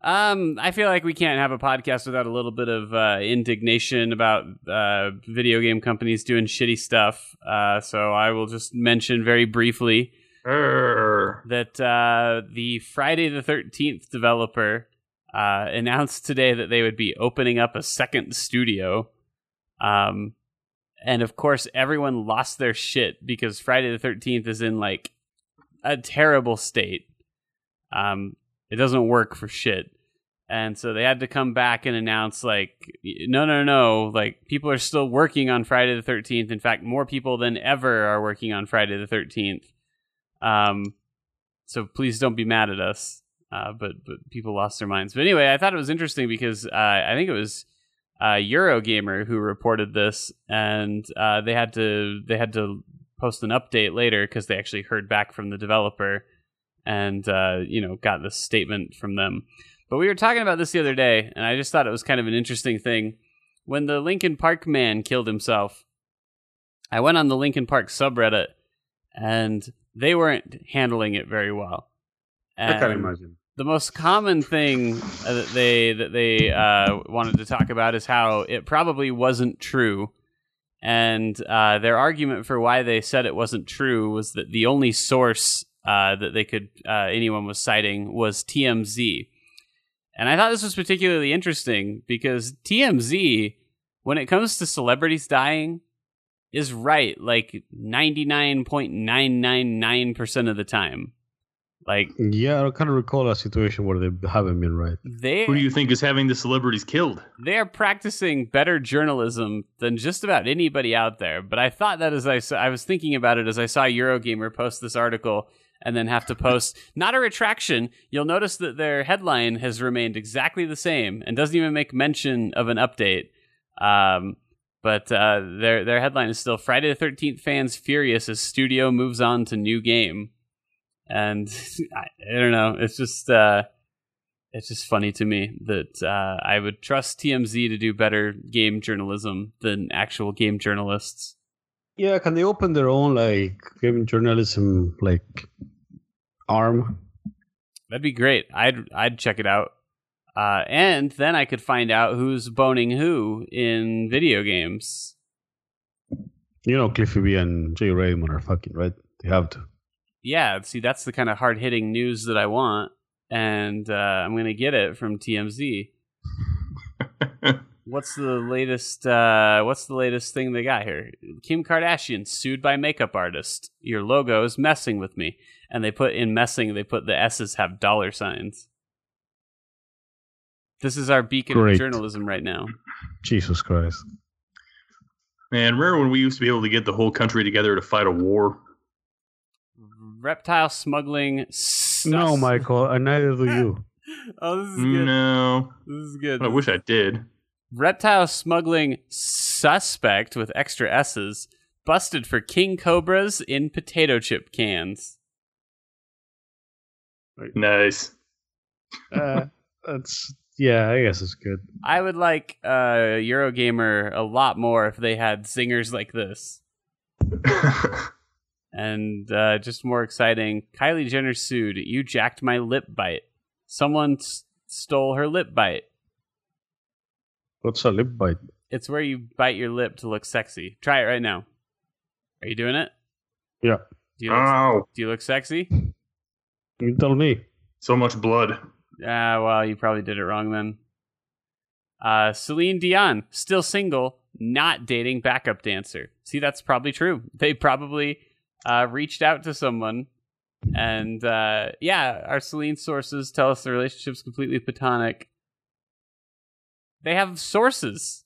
Um, I feel like we can't have a podcast without a little bit of uh, indignation about uh, video game companies doing shitty stuff. Uh, so I will just mention very briefly Err. that uh, the Friday the 13th developer uh, announced today that they would be opening up a second studio. Um, and of course, everyone lost their shit because Friday the 13th is in like a terrible state. Um, it doesn't work for shit. And so they had to come back and announce, like, no, no, no, like, people are still working on Friday the 13th. In fact, more people than ever are working on Friday the 13th. Um, so please don't be mad at us. Uh, but but people lost their minds. But anyway, I thought it was interesting because uh, I think it was uh, Eurogamer who reported this, and uh, they had to they had to post an update later because they actually heard back from the developer, and uh, you know got this statement from them. But we were talking about this the other day, and I just thought it was kind of an interesting thing. When the Lincoln Park man killed himself, I went on the Lincoln Park subreddit, and they weren't handling it very well. I can't And- imagine. the most common thing uh, that they that they uh, wanted to talk about is how it probably wasn't true, and uh, their argument for why they said it wasn't true was that the only source uh, that they could uh, anyone was citing was TMZ, and I thought this was particularly interesting because TMZ, when it comes to celebrities dying, is right like ninety nine point nine nine nine percent of the time, like. Yeah, I kind of recall a situation where they haven't been right. They Who do you think is having the celebrities killed? they are practicing better journalism than just about anybody out there. But I thought that as I saw, I was thinking about it as I saw Eurogamer post this article and then have to post not a retraction. You'll notice that their headline has remained exactly the same and doesn't even make mention of an update. Um, but uh, their their headline is still Friday the Thirteenth fans furious as studio moves on to new game, and I, I don't know. It's just. Uh, it's just funny to me that uh, I would trust TMZ to do better game journalism than actual game journalists. Yeah, can they open their own like game journalism like arm. That'd be great. I'd I'd check it out. Uh, and then I could find out who's boning who in video games. You know, Cliffy B and Jay Raymond are fucking right. They have to. Yeah, see, that's the kind of hard hitting news that I want, and uh, I'm gonna get it from TMZ. what's the latest? Uh, what's the latest thing they got here? Kim Kardashian sued by makeup artist. Your logo is messing with me, and they put in messing. They put the S's have dollar signs. This is our beacon Great. of journalism right now. Jesus Christ. Man, remember when we used to be able to get the whole country together to fight a war? Reptile smuggling. sus- No, Michael, and neither do you. Oh, this is good. No. This is good. Mm. I wish I did. Reptile smuggling suspect with extra S's busted for king cobras in potato chip cans. Nice. Uh, that's yeah. I guess it's good. I would like uh, Eurogamer a lot more if they had singers like this. And uh, just more exciting, Kylie Jenner sued. You jacked my lip bite. Someone s- stole her lip bite. What's a lip bite? It's where you bite your lip to look sexy. Try it right now. Are you doing it? Yeah. Do you look, oh, do you look sexy? You tell me. so much blood. Ah, well, you probably did it wrong then. Uh, Celine Dion, still single, not dating backup dancer. See, that's probably true. They probably uh, reached out to someone. And uh, yeah, our Celine sources tell us the relationship's completely platonic. They have sources.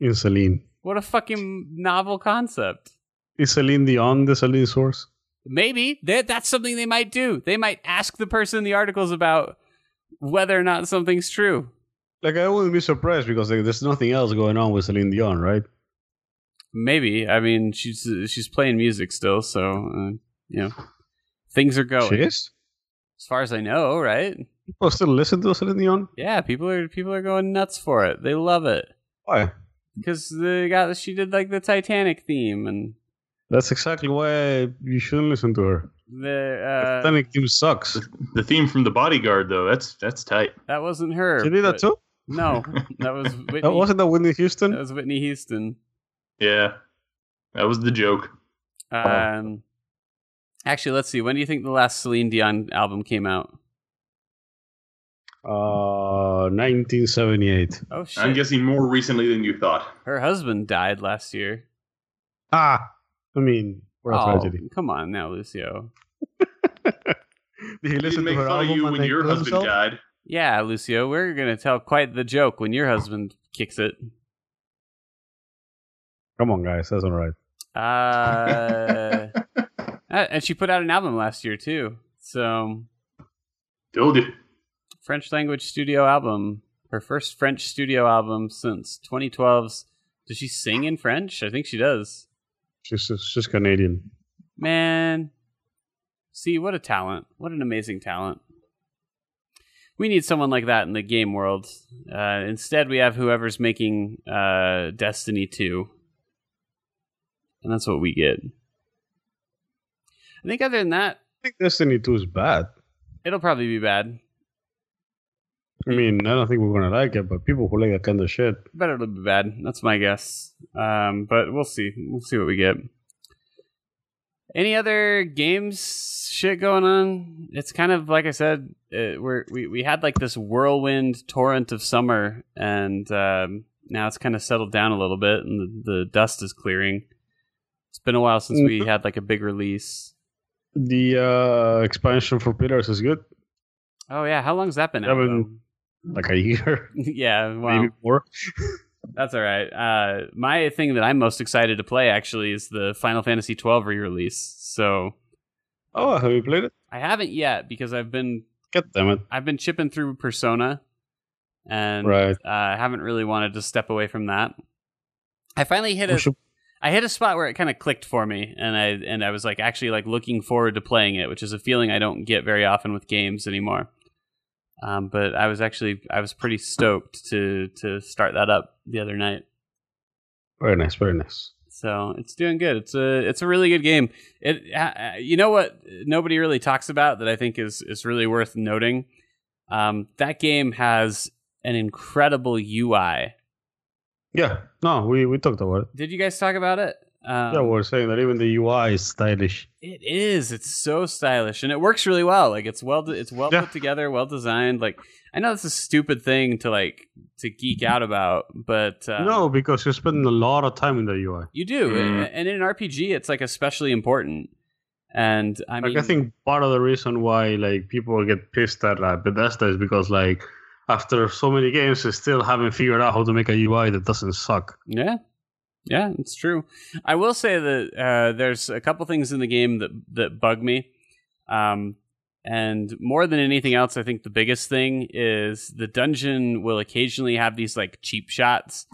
In Celine. What a fucking novel concept. Is Celine Dion the Celine source? Maybe that that's something they might do. They might ask the person the articles about whether or not something's true. Like I wouldn't be surprised because like, there's nothing else going on with Celine Dion, right? Maybe. I mean, she's she's playing music still, so uh, you know, things are going. She is. As far as I know, right? People still listen to Celine Dion. Yeah, people are people are going nuts for it. They love it Why? because they got she did like the Titanic theme and That's exactly why you shouldn't listen to her. the uh, Titanic team sucks. The theme from The Bodyguard, though, that's that's tight. that wasn't her. She did that but- too. No, that was Whitney. That wasn't that Whitney Houston. that was Whitney Houston. Yeah, that was the joke. Oh. Um, actually, let's see. When do you think the last Celine Dion album came out? Uh, 1978. Oh I'm shit! guessing more recently than you thought. her husband died last year. Ah, I mean, what a Oh, tragedy. come on now, Lucio. Did he You didn't make fun of you when your husband died. Yeah, Lucio, we're gonna tell quite the joke when your husband kicks it. Come on, guys, that's all right. Uh, uh, and she put out an album last year too. So Told you. French language studio album, her first French studio album since 2012's. Does she sing in French? I think she does. She's just, she's Canadian. Man, see what a talent! What an amazing talent. We need someone like that in the game world. Uh, instead, we have whoever's making uh, Destiny 2. And that's what we get. I think, other than that, I think Destiny 2 is bad. it'll probably be bad, I mean, I don't think we're gonna like it, but people who like that kind of shit, but it'll be bad. That's my guess. Um, but we'll see. We'll see what we get. Any other games shit going on? It's kind of like I said, uh, we're, we we had like this whirlwind torrent of summer, and um, now it's kind of settled down a little bit, and the, the dust is clearing. It's been a while since we had like a big release. the uh, expansion for Pillars is good, Oh yeah, how long's that been out? Haven't- though? like a year, yeah, wow. maybe more. That's all right. Uh, my thing that I'm most excited to play actually is the Final Fantasy XII re-release. So Oh, have you played it? I haven't yet because I've been God damn it! I've been chipping through Persona, and Right. uh, I haven't really wanted to step away from that. I finally hit We a should- I hit a spot where it kind of clicked for me, and I and I was like actually like looking forward to playing it, which is a feeling I don't get very often with games anymore. Um, but I was actually I was pretty stoked to to start that up the other night. Very nice, very nice. So it's doing good. It's a it's a really good game. It uh, you know what nobody really talks about that I think is is really worth noting. Um, that game has an incredible UI. Yeah, no, we, we talked about it. Did you guys talk about it? Um, yeah, we we're saying that even the UI is stylish. It is. It's so stylish, and it works really well. Like it's well, it's well Yeah. put together, well designed. Like I know it's a stupid thing to like to geek out about, but uh, no, because you're spending a lot of time in the UI. you do. Mm. And in an RPG, it's like especially important. And I mean, like I think part of the reason why like people get pissed at like, Bethesda is because like after so many games they still haven't figured out how to make a UI that doesn't suck. Yeah. Yeah, it's true. I will say that uh, there's a couple things in the game that that bug me. Um, and more than anything else, I think the biggest thing is the dungeon will occasionally have these like cheap shots.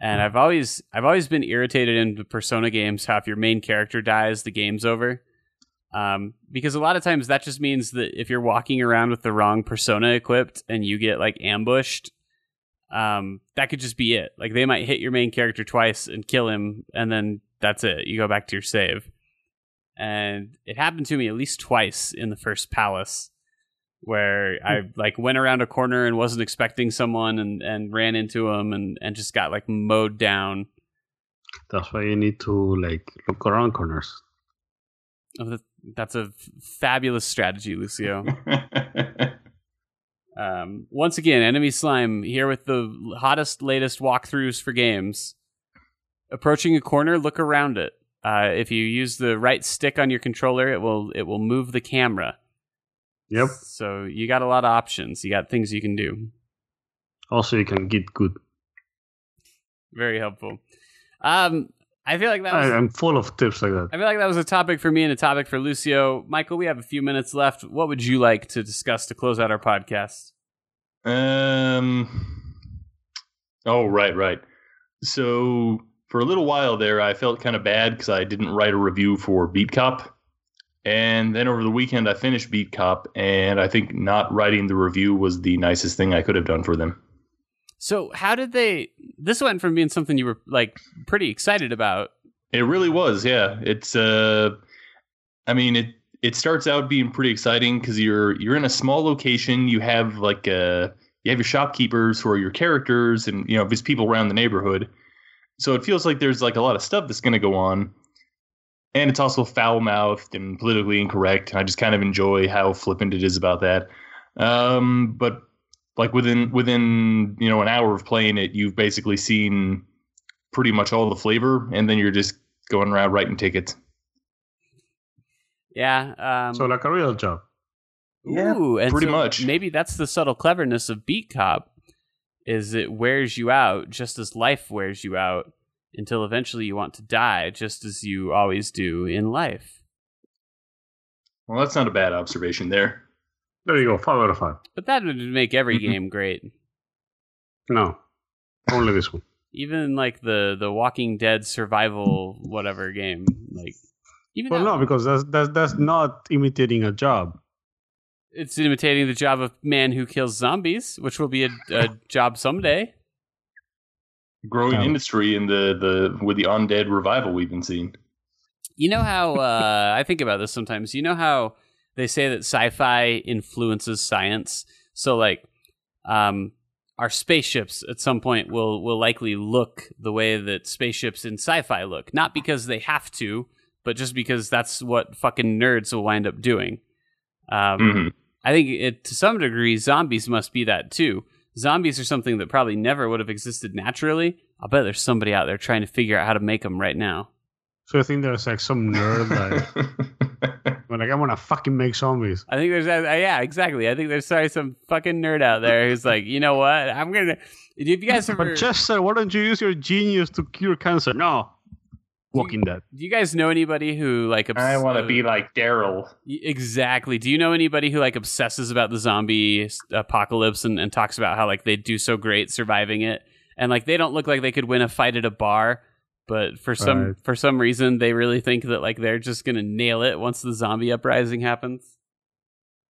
And I've always I've always been irritated in the Persona games how if your main character dies, the game's over. Um, because a lot of times that just means that if you're walking around with the wrong persona equipped and you get like ambushed, um, that could just be it. Like they might hit your main character twice and kill him, and then that's it. You go back to your save. And it happened to me at least twice in the first palace, where I like went around a corner and wasn't expecting someone and, and ran into him and, and just got like mowed down. That's why you need to like look around corners. Oh, that- That's a f- fabulous strategy, Lucio. Um, once again, Enemy Slime here with the hottest, latest walkthroughs for games. Approaching a corner, look around it. Uh, if you use the right stick on your controller, it will it will move the camera. Yep. So you got a lot of options. You got things you can do. Also you can get good. Very helpful. Um, I feel like that I, uh, was, I'm full of tips like that. I feel like that was a topic for me and a topic for Lucio. Michael, we have a few minutes left. What would you like to discuss to close out our podcast? Um. Oh, right, right. So for a little while there, I felt kind of bad because I didn't write a review for Beat Cop, and then over the weekend I finished Beat Cop, and I think not writing the review was the nicest thing I could have done for them. So how did they? This went from being something you were like pretty excited about It really was, yeah. It's uh, I mean it. It starts out being pretty exciting because you're you're in a small location. You have like a you have your shopkeepers who are your characters, and you know there's people around the neighborhood. So it feels like there's like a lot of stuff that's going to go on, and it's also foul mouthed and politically incorrect. And I just kind of enjoy how flippant it is about that. Um, but like within within you know an hour of playing it, you've basically seen pretty much all the flavor, and then you're just going around writing tickets. Yeah. Um, So like a real job. Yeah, ooh, and pretty so much. Maybe that's the subtle cleverness of Beat Cop, is it wears you out just as life wears you out until eventually you want to die, just as you always do in life. Well, that's not a bad observation there. There you go, five out of five. But that would make every Mhm. game great. No. Only this one. Even like the the Walking Dead survival whatever game, like even Well that- no, because that's that's that's not imitating a job. it's imitating the job of man who kills zombies, which will be a, a job someday. Growing Oh. industry in the, the with the undead revival we've been seeing. You know how uh, I think about this sometimes. You know how they say that sci-fi influences science. So like, um, our spaceships at some point will will likely look the way that spaceships in sci-fi look, not because they have to, but just because that's what fucking nerds will wind up doing. Um, Mhm. I think it, to some degree, zombies must be that too. Zombies are something that probably never would have existed naturally. I'll bet there's somebody out there trying to figure out how to make them right now. So I think there's like some nerd like Well, like I want to fucking make zombies. I think there's, uh, yeah, exactly. I think there's sorry some fucking nerd out there who's like, you know what? I'm gonna. If you guys ever, But Chester, why don't you use your genius to cure cancer? No, Walking Dead. do you guys know anybody who like? Obs- I want to be like Daryl. exactly. Do you know anybody who like obsesses about the zombie s- apocalypse and, and talks about how like they do so great surviving it, and like they don't look like they could win a fight at a bar, but for some Right. for some reason they really think that like they're just gonna nail it once the zombie uprising happens.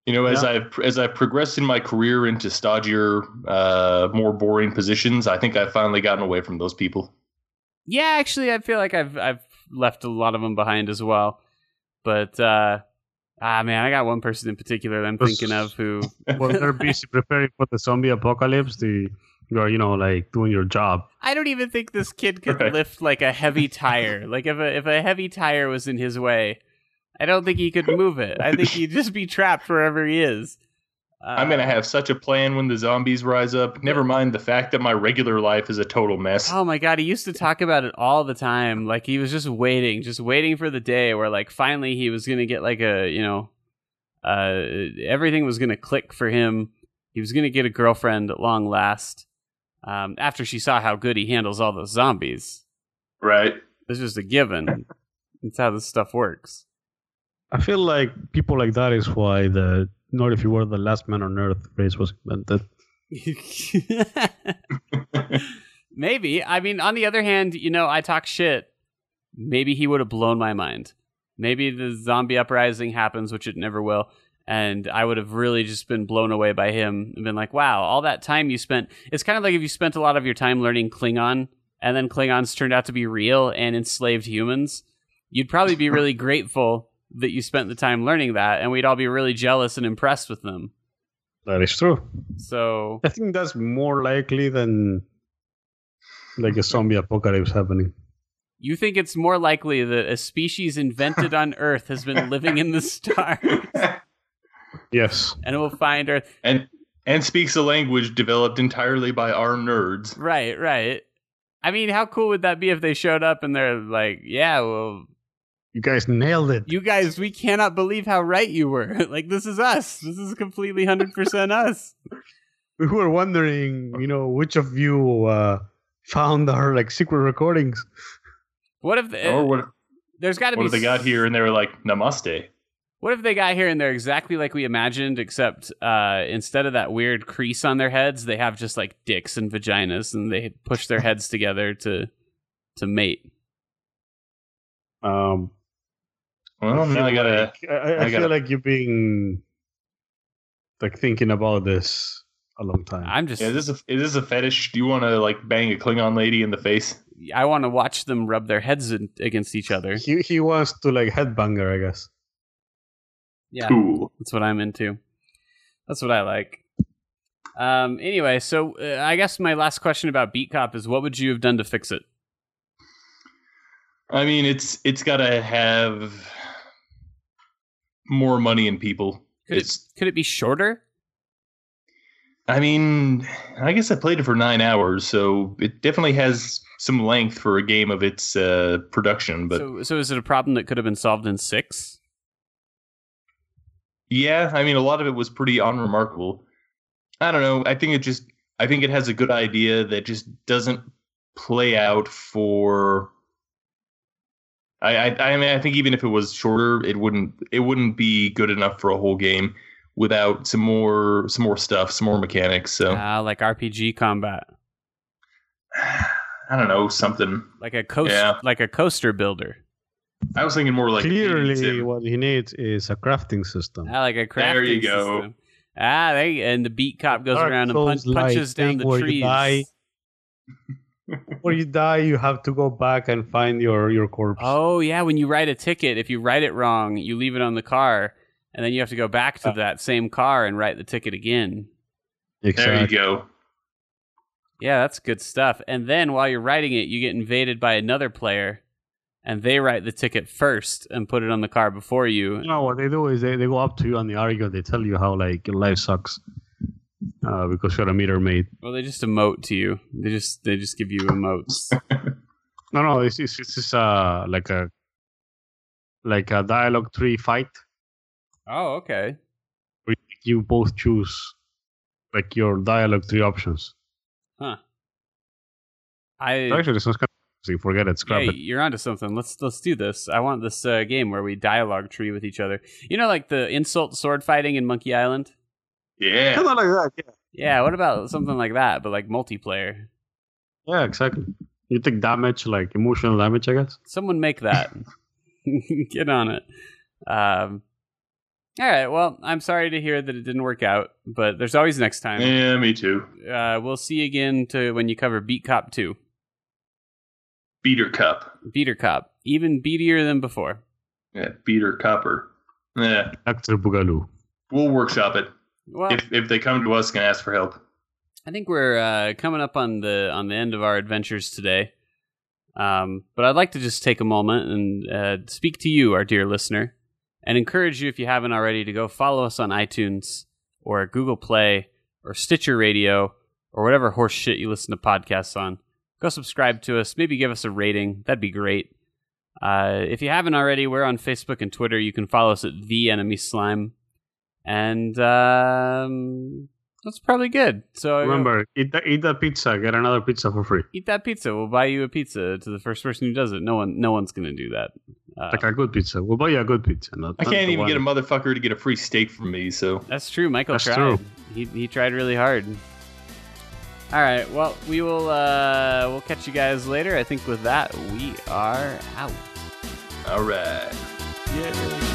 You know, as Yeah. I've as I've progressed in my career into stodgier, uh, more boring positions, I think I've finally gotten away from those people. yeah, actually, I feel like I've I've left a lot of them behind as well. But uh, ah, man, I got one person in particular that I'm thinking of who Well, they're busy preparing for the zombie apocalypse. The you're, you know, like doing your job. I don't even think this kid could Right. lift like a heavy tire. like if a if a heavy tire was in his way, I don't think he could move it. I think he'd just be trapped wherever he is. Uh, I'm gonna have such a plan when the zombies rise up. Never mind the fact that my regular life is a total mess. Oh my god, he used to talk about it all the time. Like he was just waiting, just waiting for the day where like finally he was gonna get like a you know, uh, everything was gonna click for him. He was gonna get a girlfriend at long last. Um, after she saw how good he handles all those zombies, Right? it's just a given. That's how this stuff works. I feel like people like that is why the not if you were the last man on earth race was invented. Maybe. I mean, on the other hand, you know, I talk shit. Maybe he would have blown my mind. Maybe the zombie uprising happens, which it never will. And I would have really just been blown away by him and been like, wow, all that time you spent. It's kind of like if you spent a lot of your time learning Klingon and then Klingons turned out to be real and enslaved humans. You'd probably be really grateful that you spent the time learning that. And we'd all be really jealous and impressed with them. That is true. So I think that's more likely than like a zombie apocalypse happening. You think it's more likely that a species invented on Earth has been living in the star Yes. and it will find Earth. and and speaks a language developed entirely by our nerds. Right, right. I mean, how cool would that be if they showed up and they're like, yeah, well, You guys nailed it. you guys, we cannot believe how right you were. like, this is us. This is completely 100% us. we were wondering, you know, which of you uh, found our like secret recordings. What if, the, or what? there's got to Oh, What be. if they got here and they were like Namaste? What if they got here and they're exactly like we imagined, except uh, instead of that weird crease on their heads, they have just like dicks and vaginas, and they push their heads together to to mate. Um, Well, now I gotta. I, I, I I feel gotta- like you've been like thinking about this a long time. I'm just, Yeah, is this a, is this a fetish? Do you want to like bang a Klingon lady in the face? I want to watch them rub their heads in, against each other. he he wants to like headbanger, I guess. Yeah, Cool. that's what I'm into. That's what I like. Um. Anyway, so uh, I guess my last question about Beat Cop is, what would you have done to fix it? I mean, it's it's gotta have more money in people. Could it, It's could it be shorter? I mean, I guess I played it for nine hours, so it definitely has some length for a game of its uh, production. But so, so is it a problem that could have been solved in six? yeah, I mean, a lot of it was pretty unremarkable. I don't know. I think it just, I think it has a good idea that just doesn't play out for. I, I, I mean, I think even if it was shorter, it wouldn't, it wouldn't be good enough for a whole game without some more, some more stuff, some more mechanics. So Ah, like RPG combat. I don't know, something. like a coast Yeah. like a coaster builder I was thinking more like Clearly, dating sim. what he needs is a crafting system. ah, like a crafting There you go. system. ah they, and the beat cop goes Dark around and punch, Souls-like punches down thing the where you trees die. Before you die, you have to go back and find your your corpse. oh yeah when you write a ticket if you write it wrong you leave it on the car and then you have to go back to Uh. that same car and write the ticket again There you go. yeah that's good stuff and then while you're writing it you get invaded by another player and they write the ticket first and put it on the car before you You know what they do is they, they go up to you on the argument. They tell you how like your life sucks uh, because you're a meter maid. well they just emote to you they just they just give you emotes No, no, this is this is uh like a like a dialogue tree fight. oh okay You both choose like your dialogue tree options. i Actually, this sounds kind of interesting. Forget it. Scrap Yeah, it. you're onto something. Let's let's do this. I want this uh, game where we dialogue tree with each other. You know, like the insult sword fighting in Monkey Island. Yeah. Kind of like that. Yeah. Yeah, what about something like that, but like multiplayer? Yeah, exactly. You take damage, like emotional damage, I guess. Someone make that. Get on it. Um, all right. Well, I'm sorry to hear that it didn't work out, but there's always next time. Yeah, me too. Uh, we'll see you again to when you cover Beat Cop Two. Beater cup. Beater Cop, even beatier than before. Yeah, beater copper. Yeah, Actor Boogaloo. we'll workshop it. Well, If if they come to us and ask for help. I think we're uh, coming up on the on the end of our adventures today. Um, but I'd like to just take a moment and uh, speak to you, our dear listener, and encourage you, if you haven't already, to go follow us on iTunes or Google Play or Stitcher Radio or whatever horse shit you listen to podcasts on. Go subscribe to us. Maybe give us a rating. That'd be great. Uh, if you haven't already, we're on Facebook and Twitter. You can follow us at The Enemy Slime. And um, that's probably good. Oh, So Remember, eat that, eat that pizza. Get another pizza for free. eat that pizza. We'll buy you a pizza to the first person who does it. No one, no one's gonna do that. Uh, Like a good pizza. We'll buy you a good pizza. Not, Ah. I can't even get a motherfucker to get a free steak from me. So that's true. Michael That's tried. true. He he tried really hard. All right. Well, we will. Uh, we'll catch you guys later. I think with that, we are out. all right. Yeah.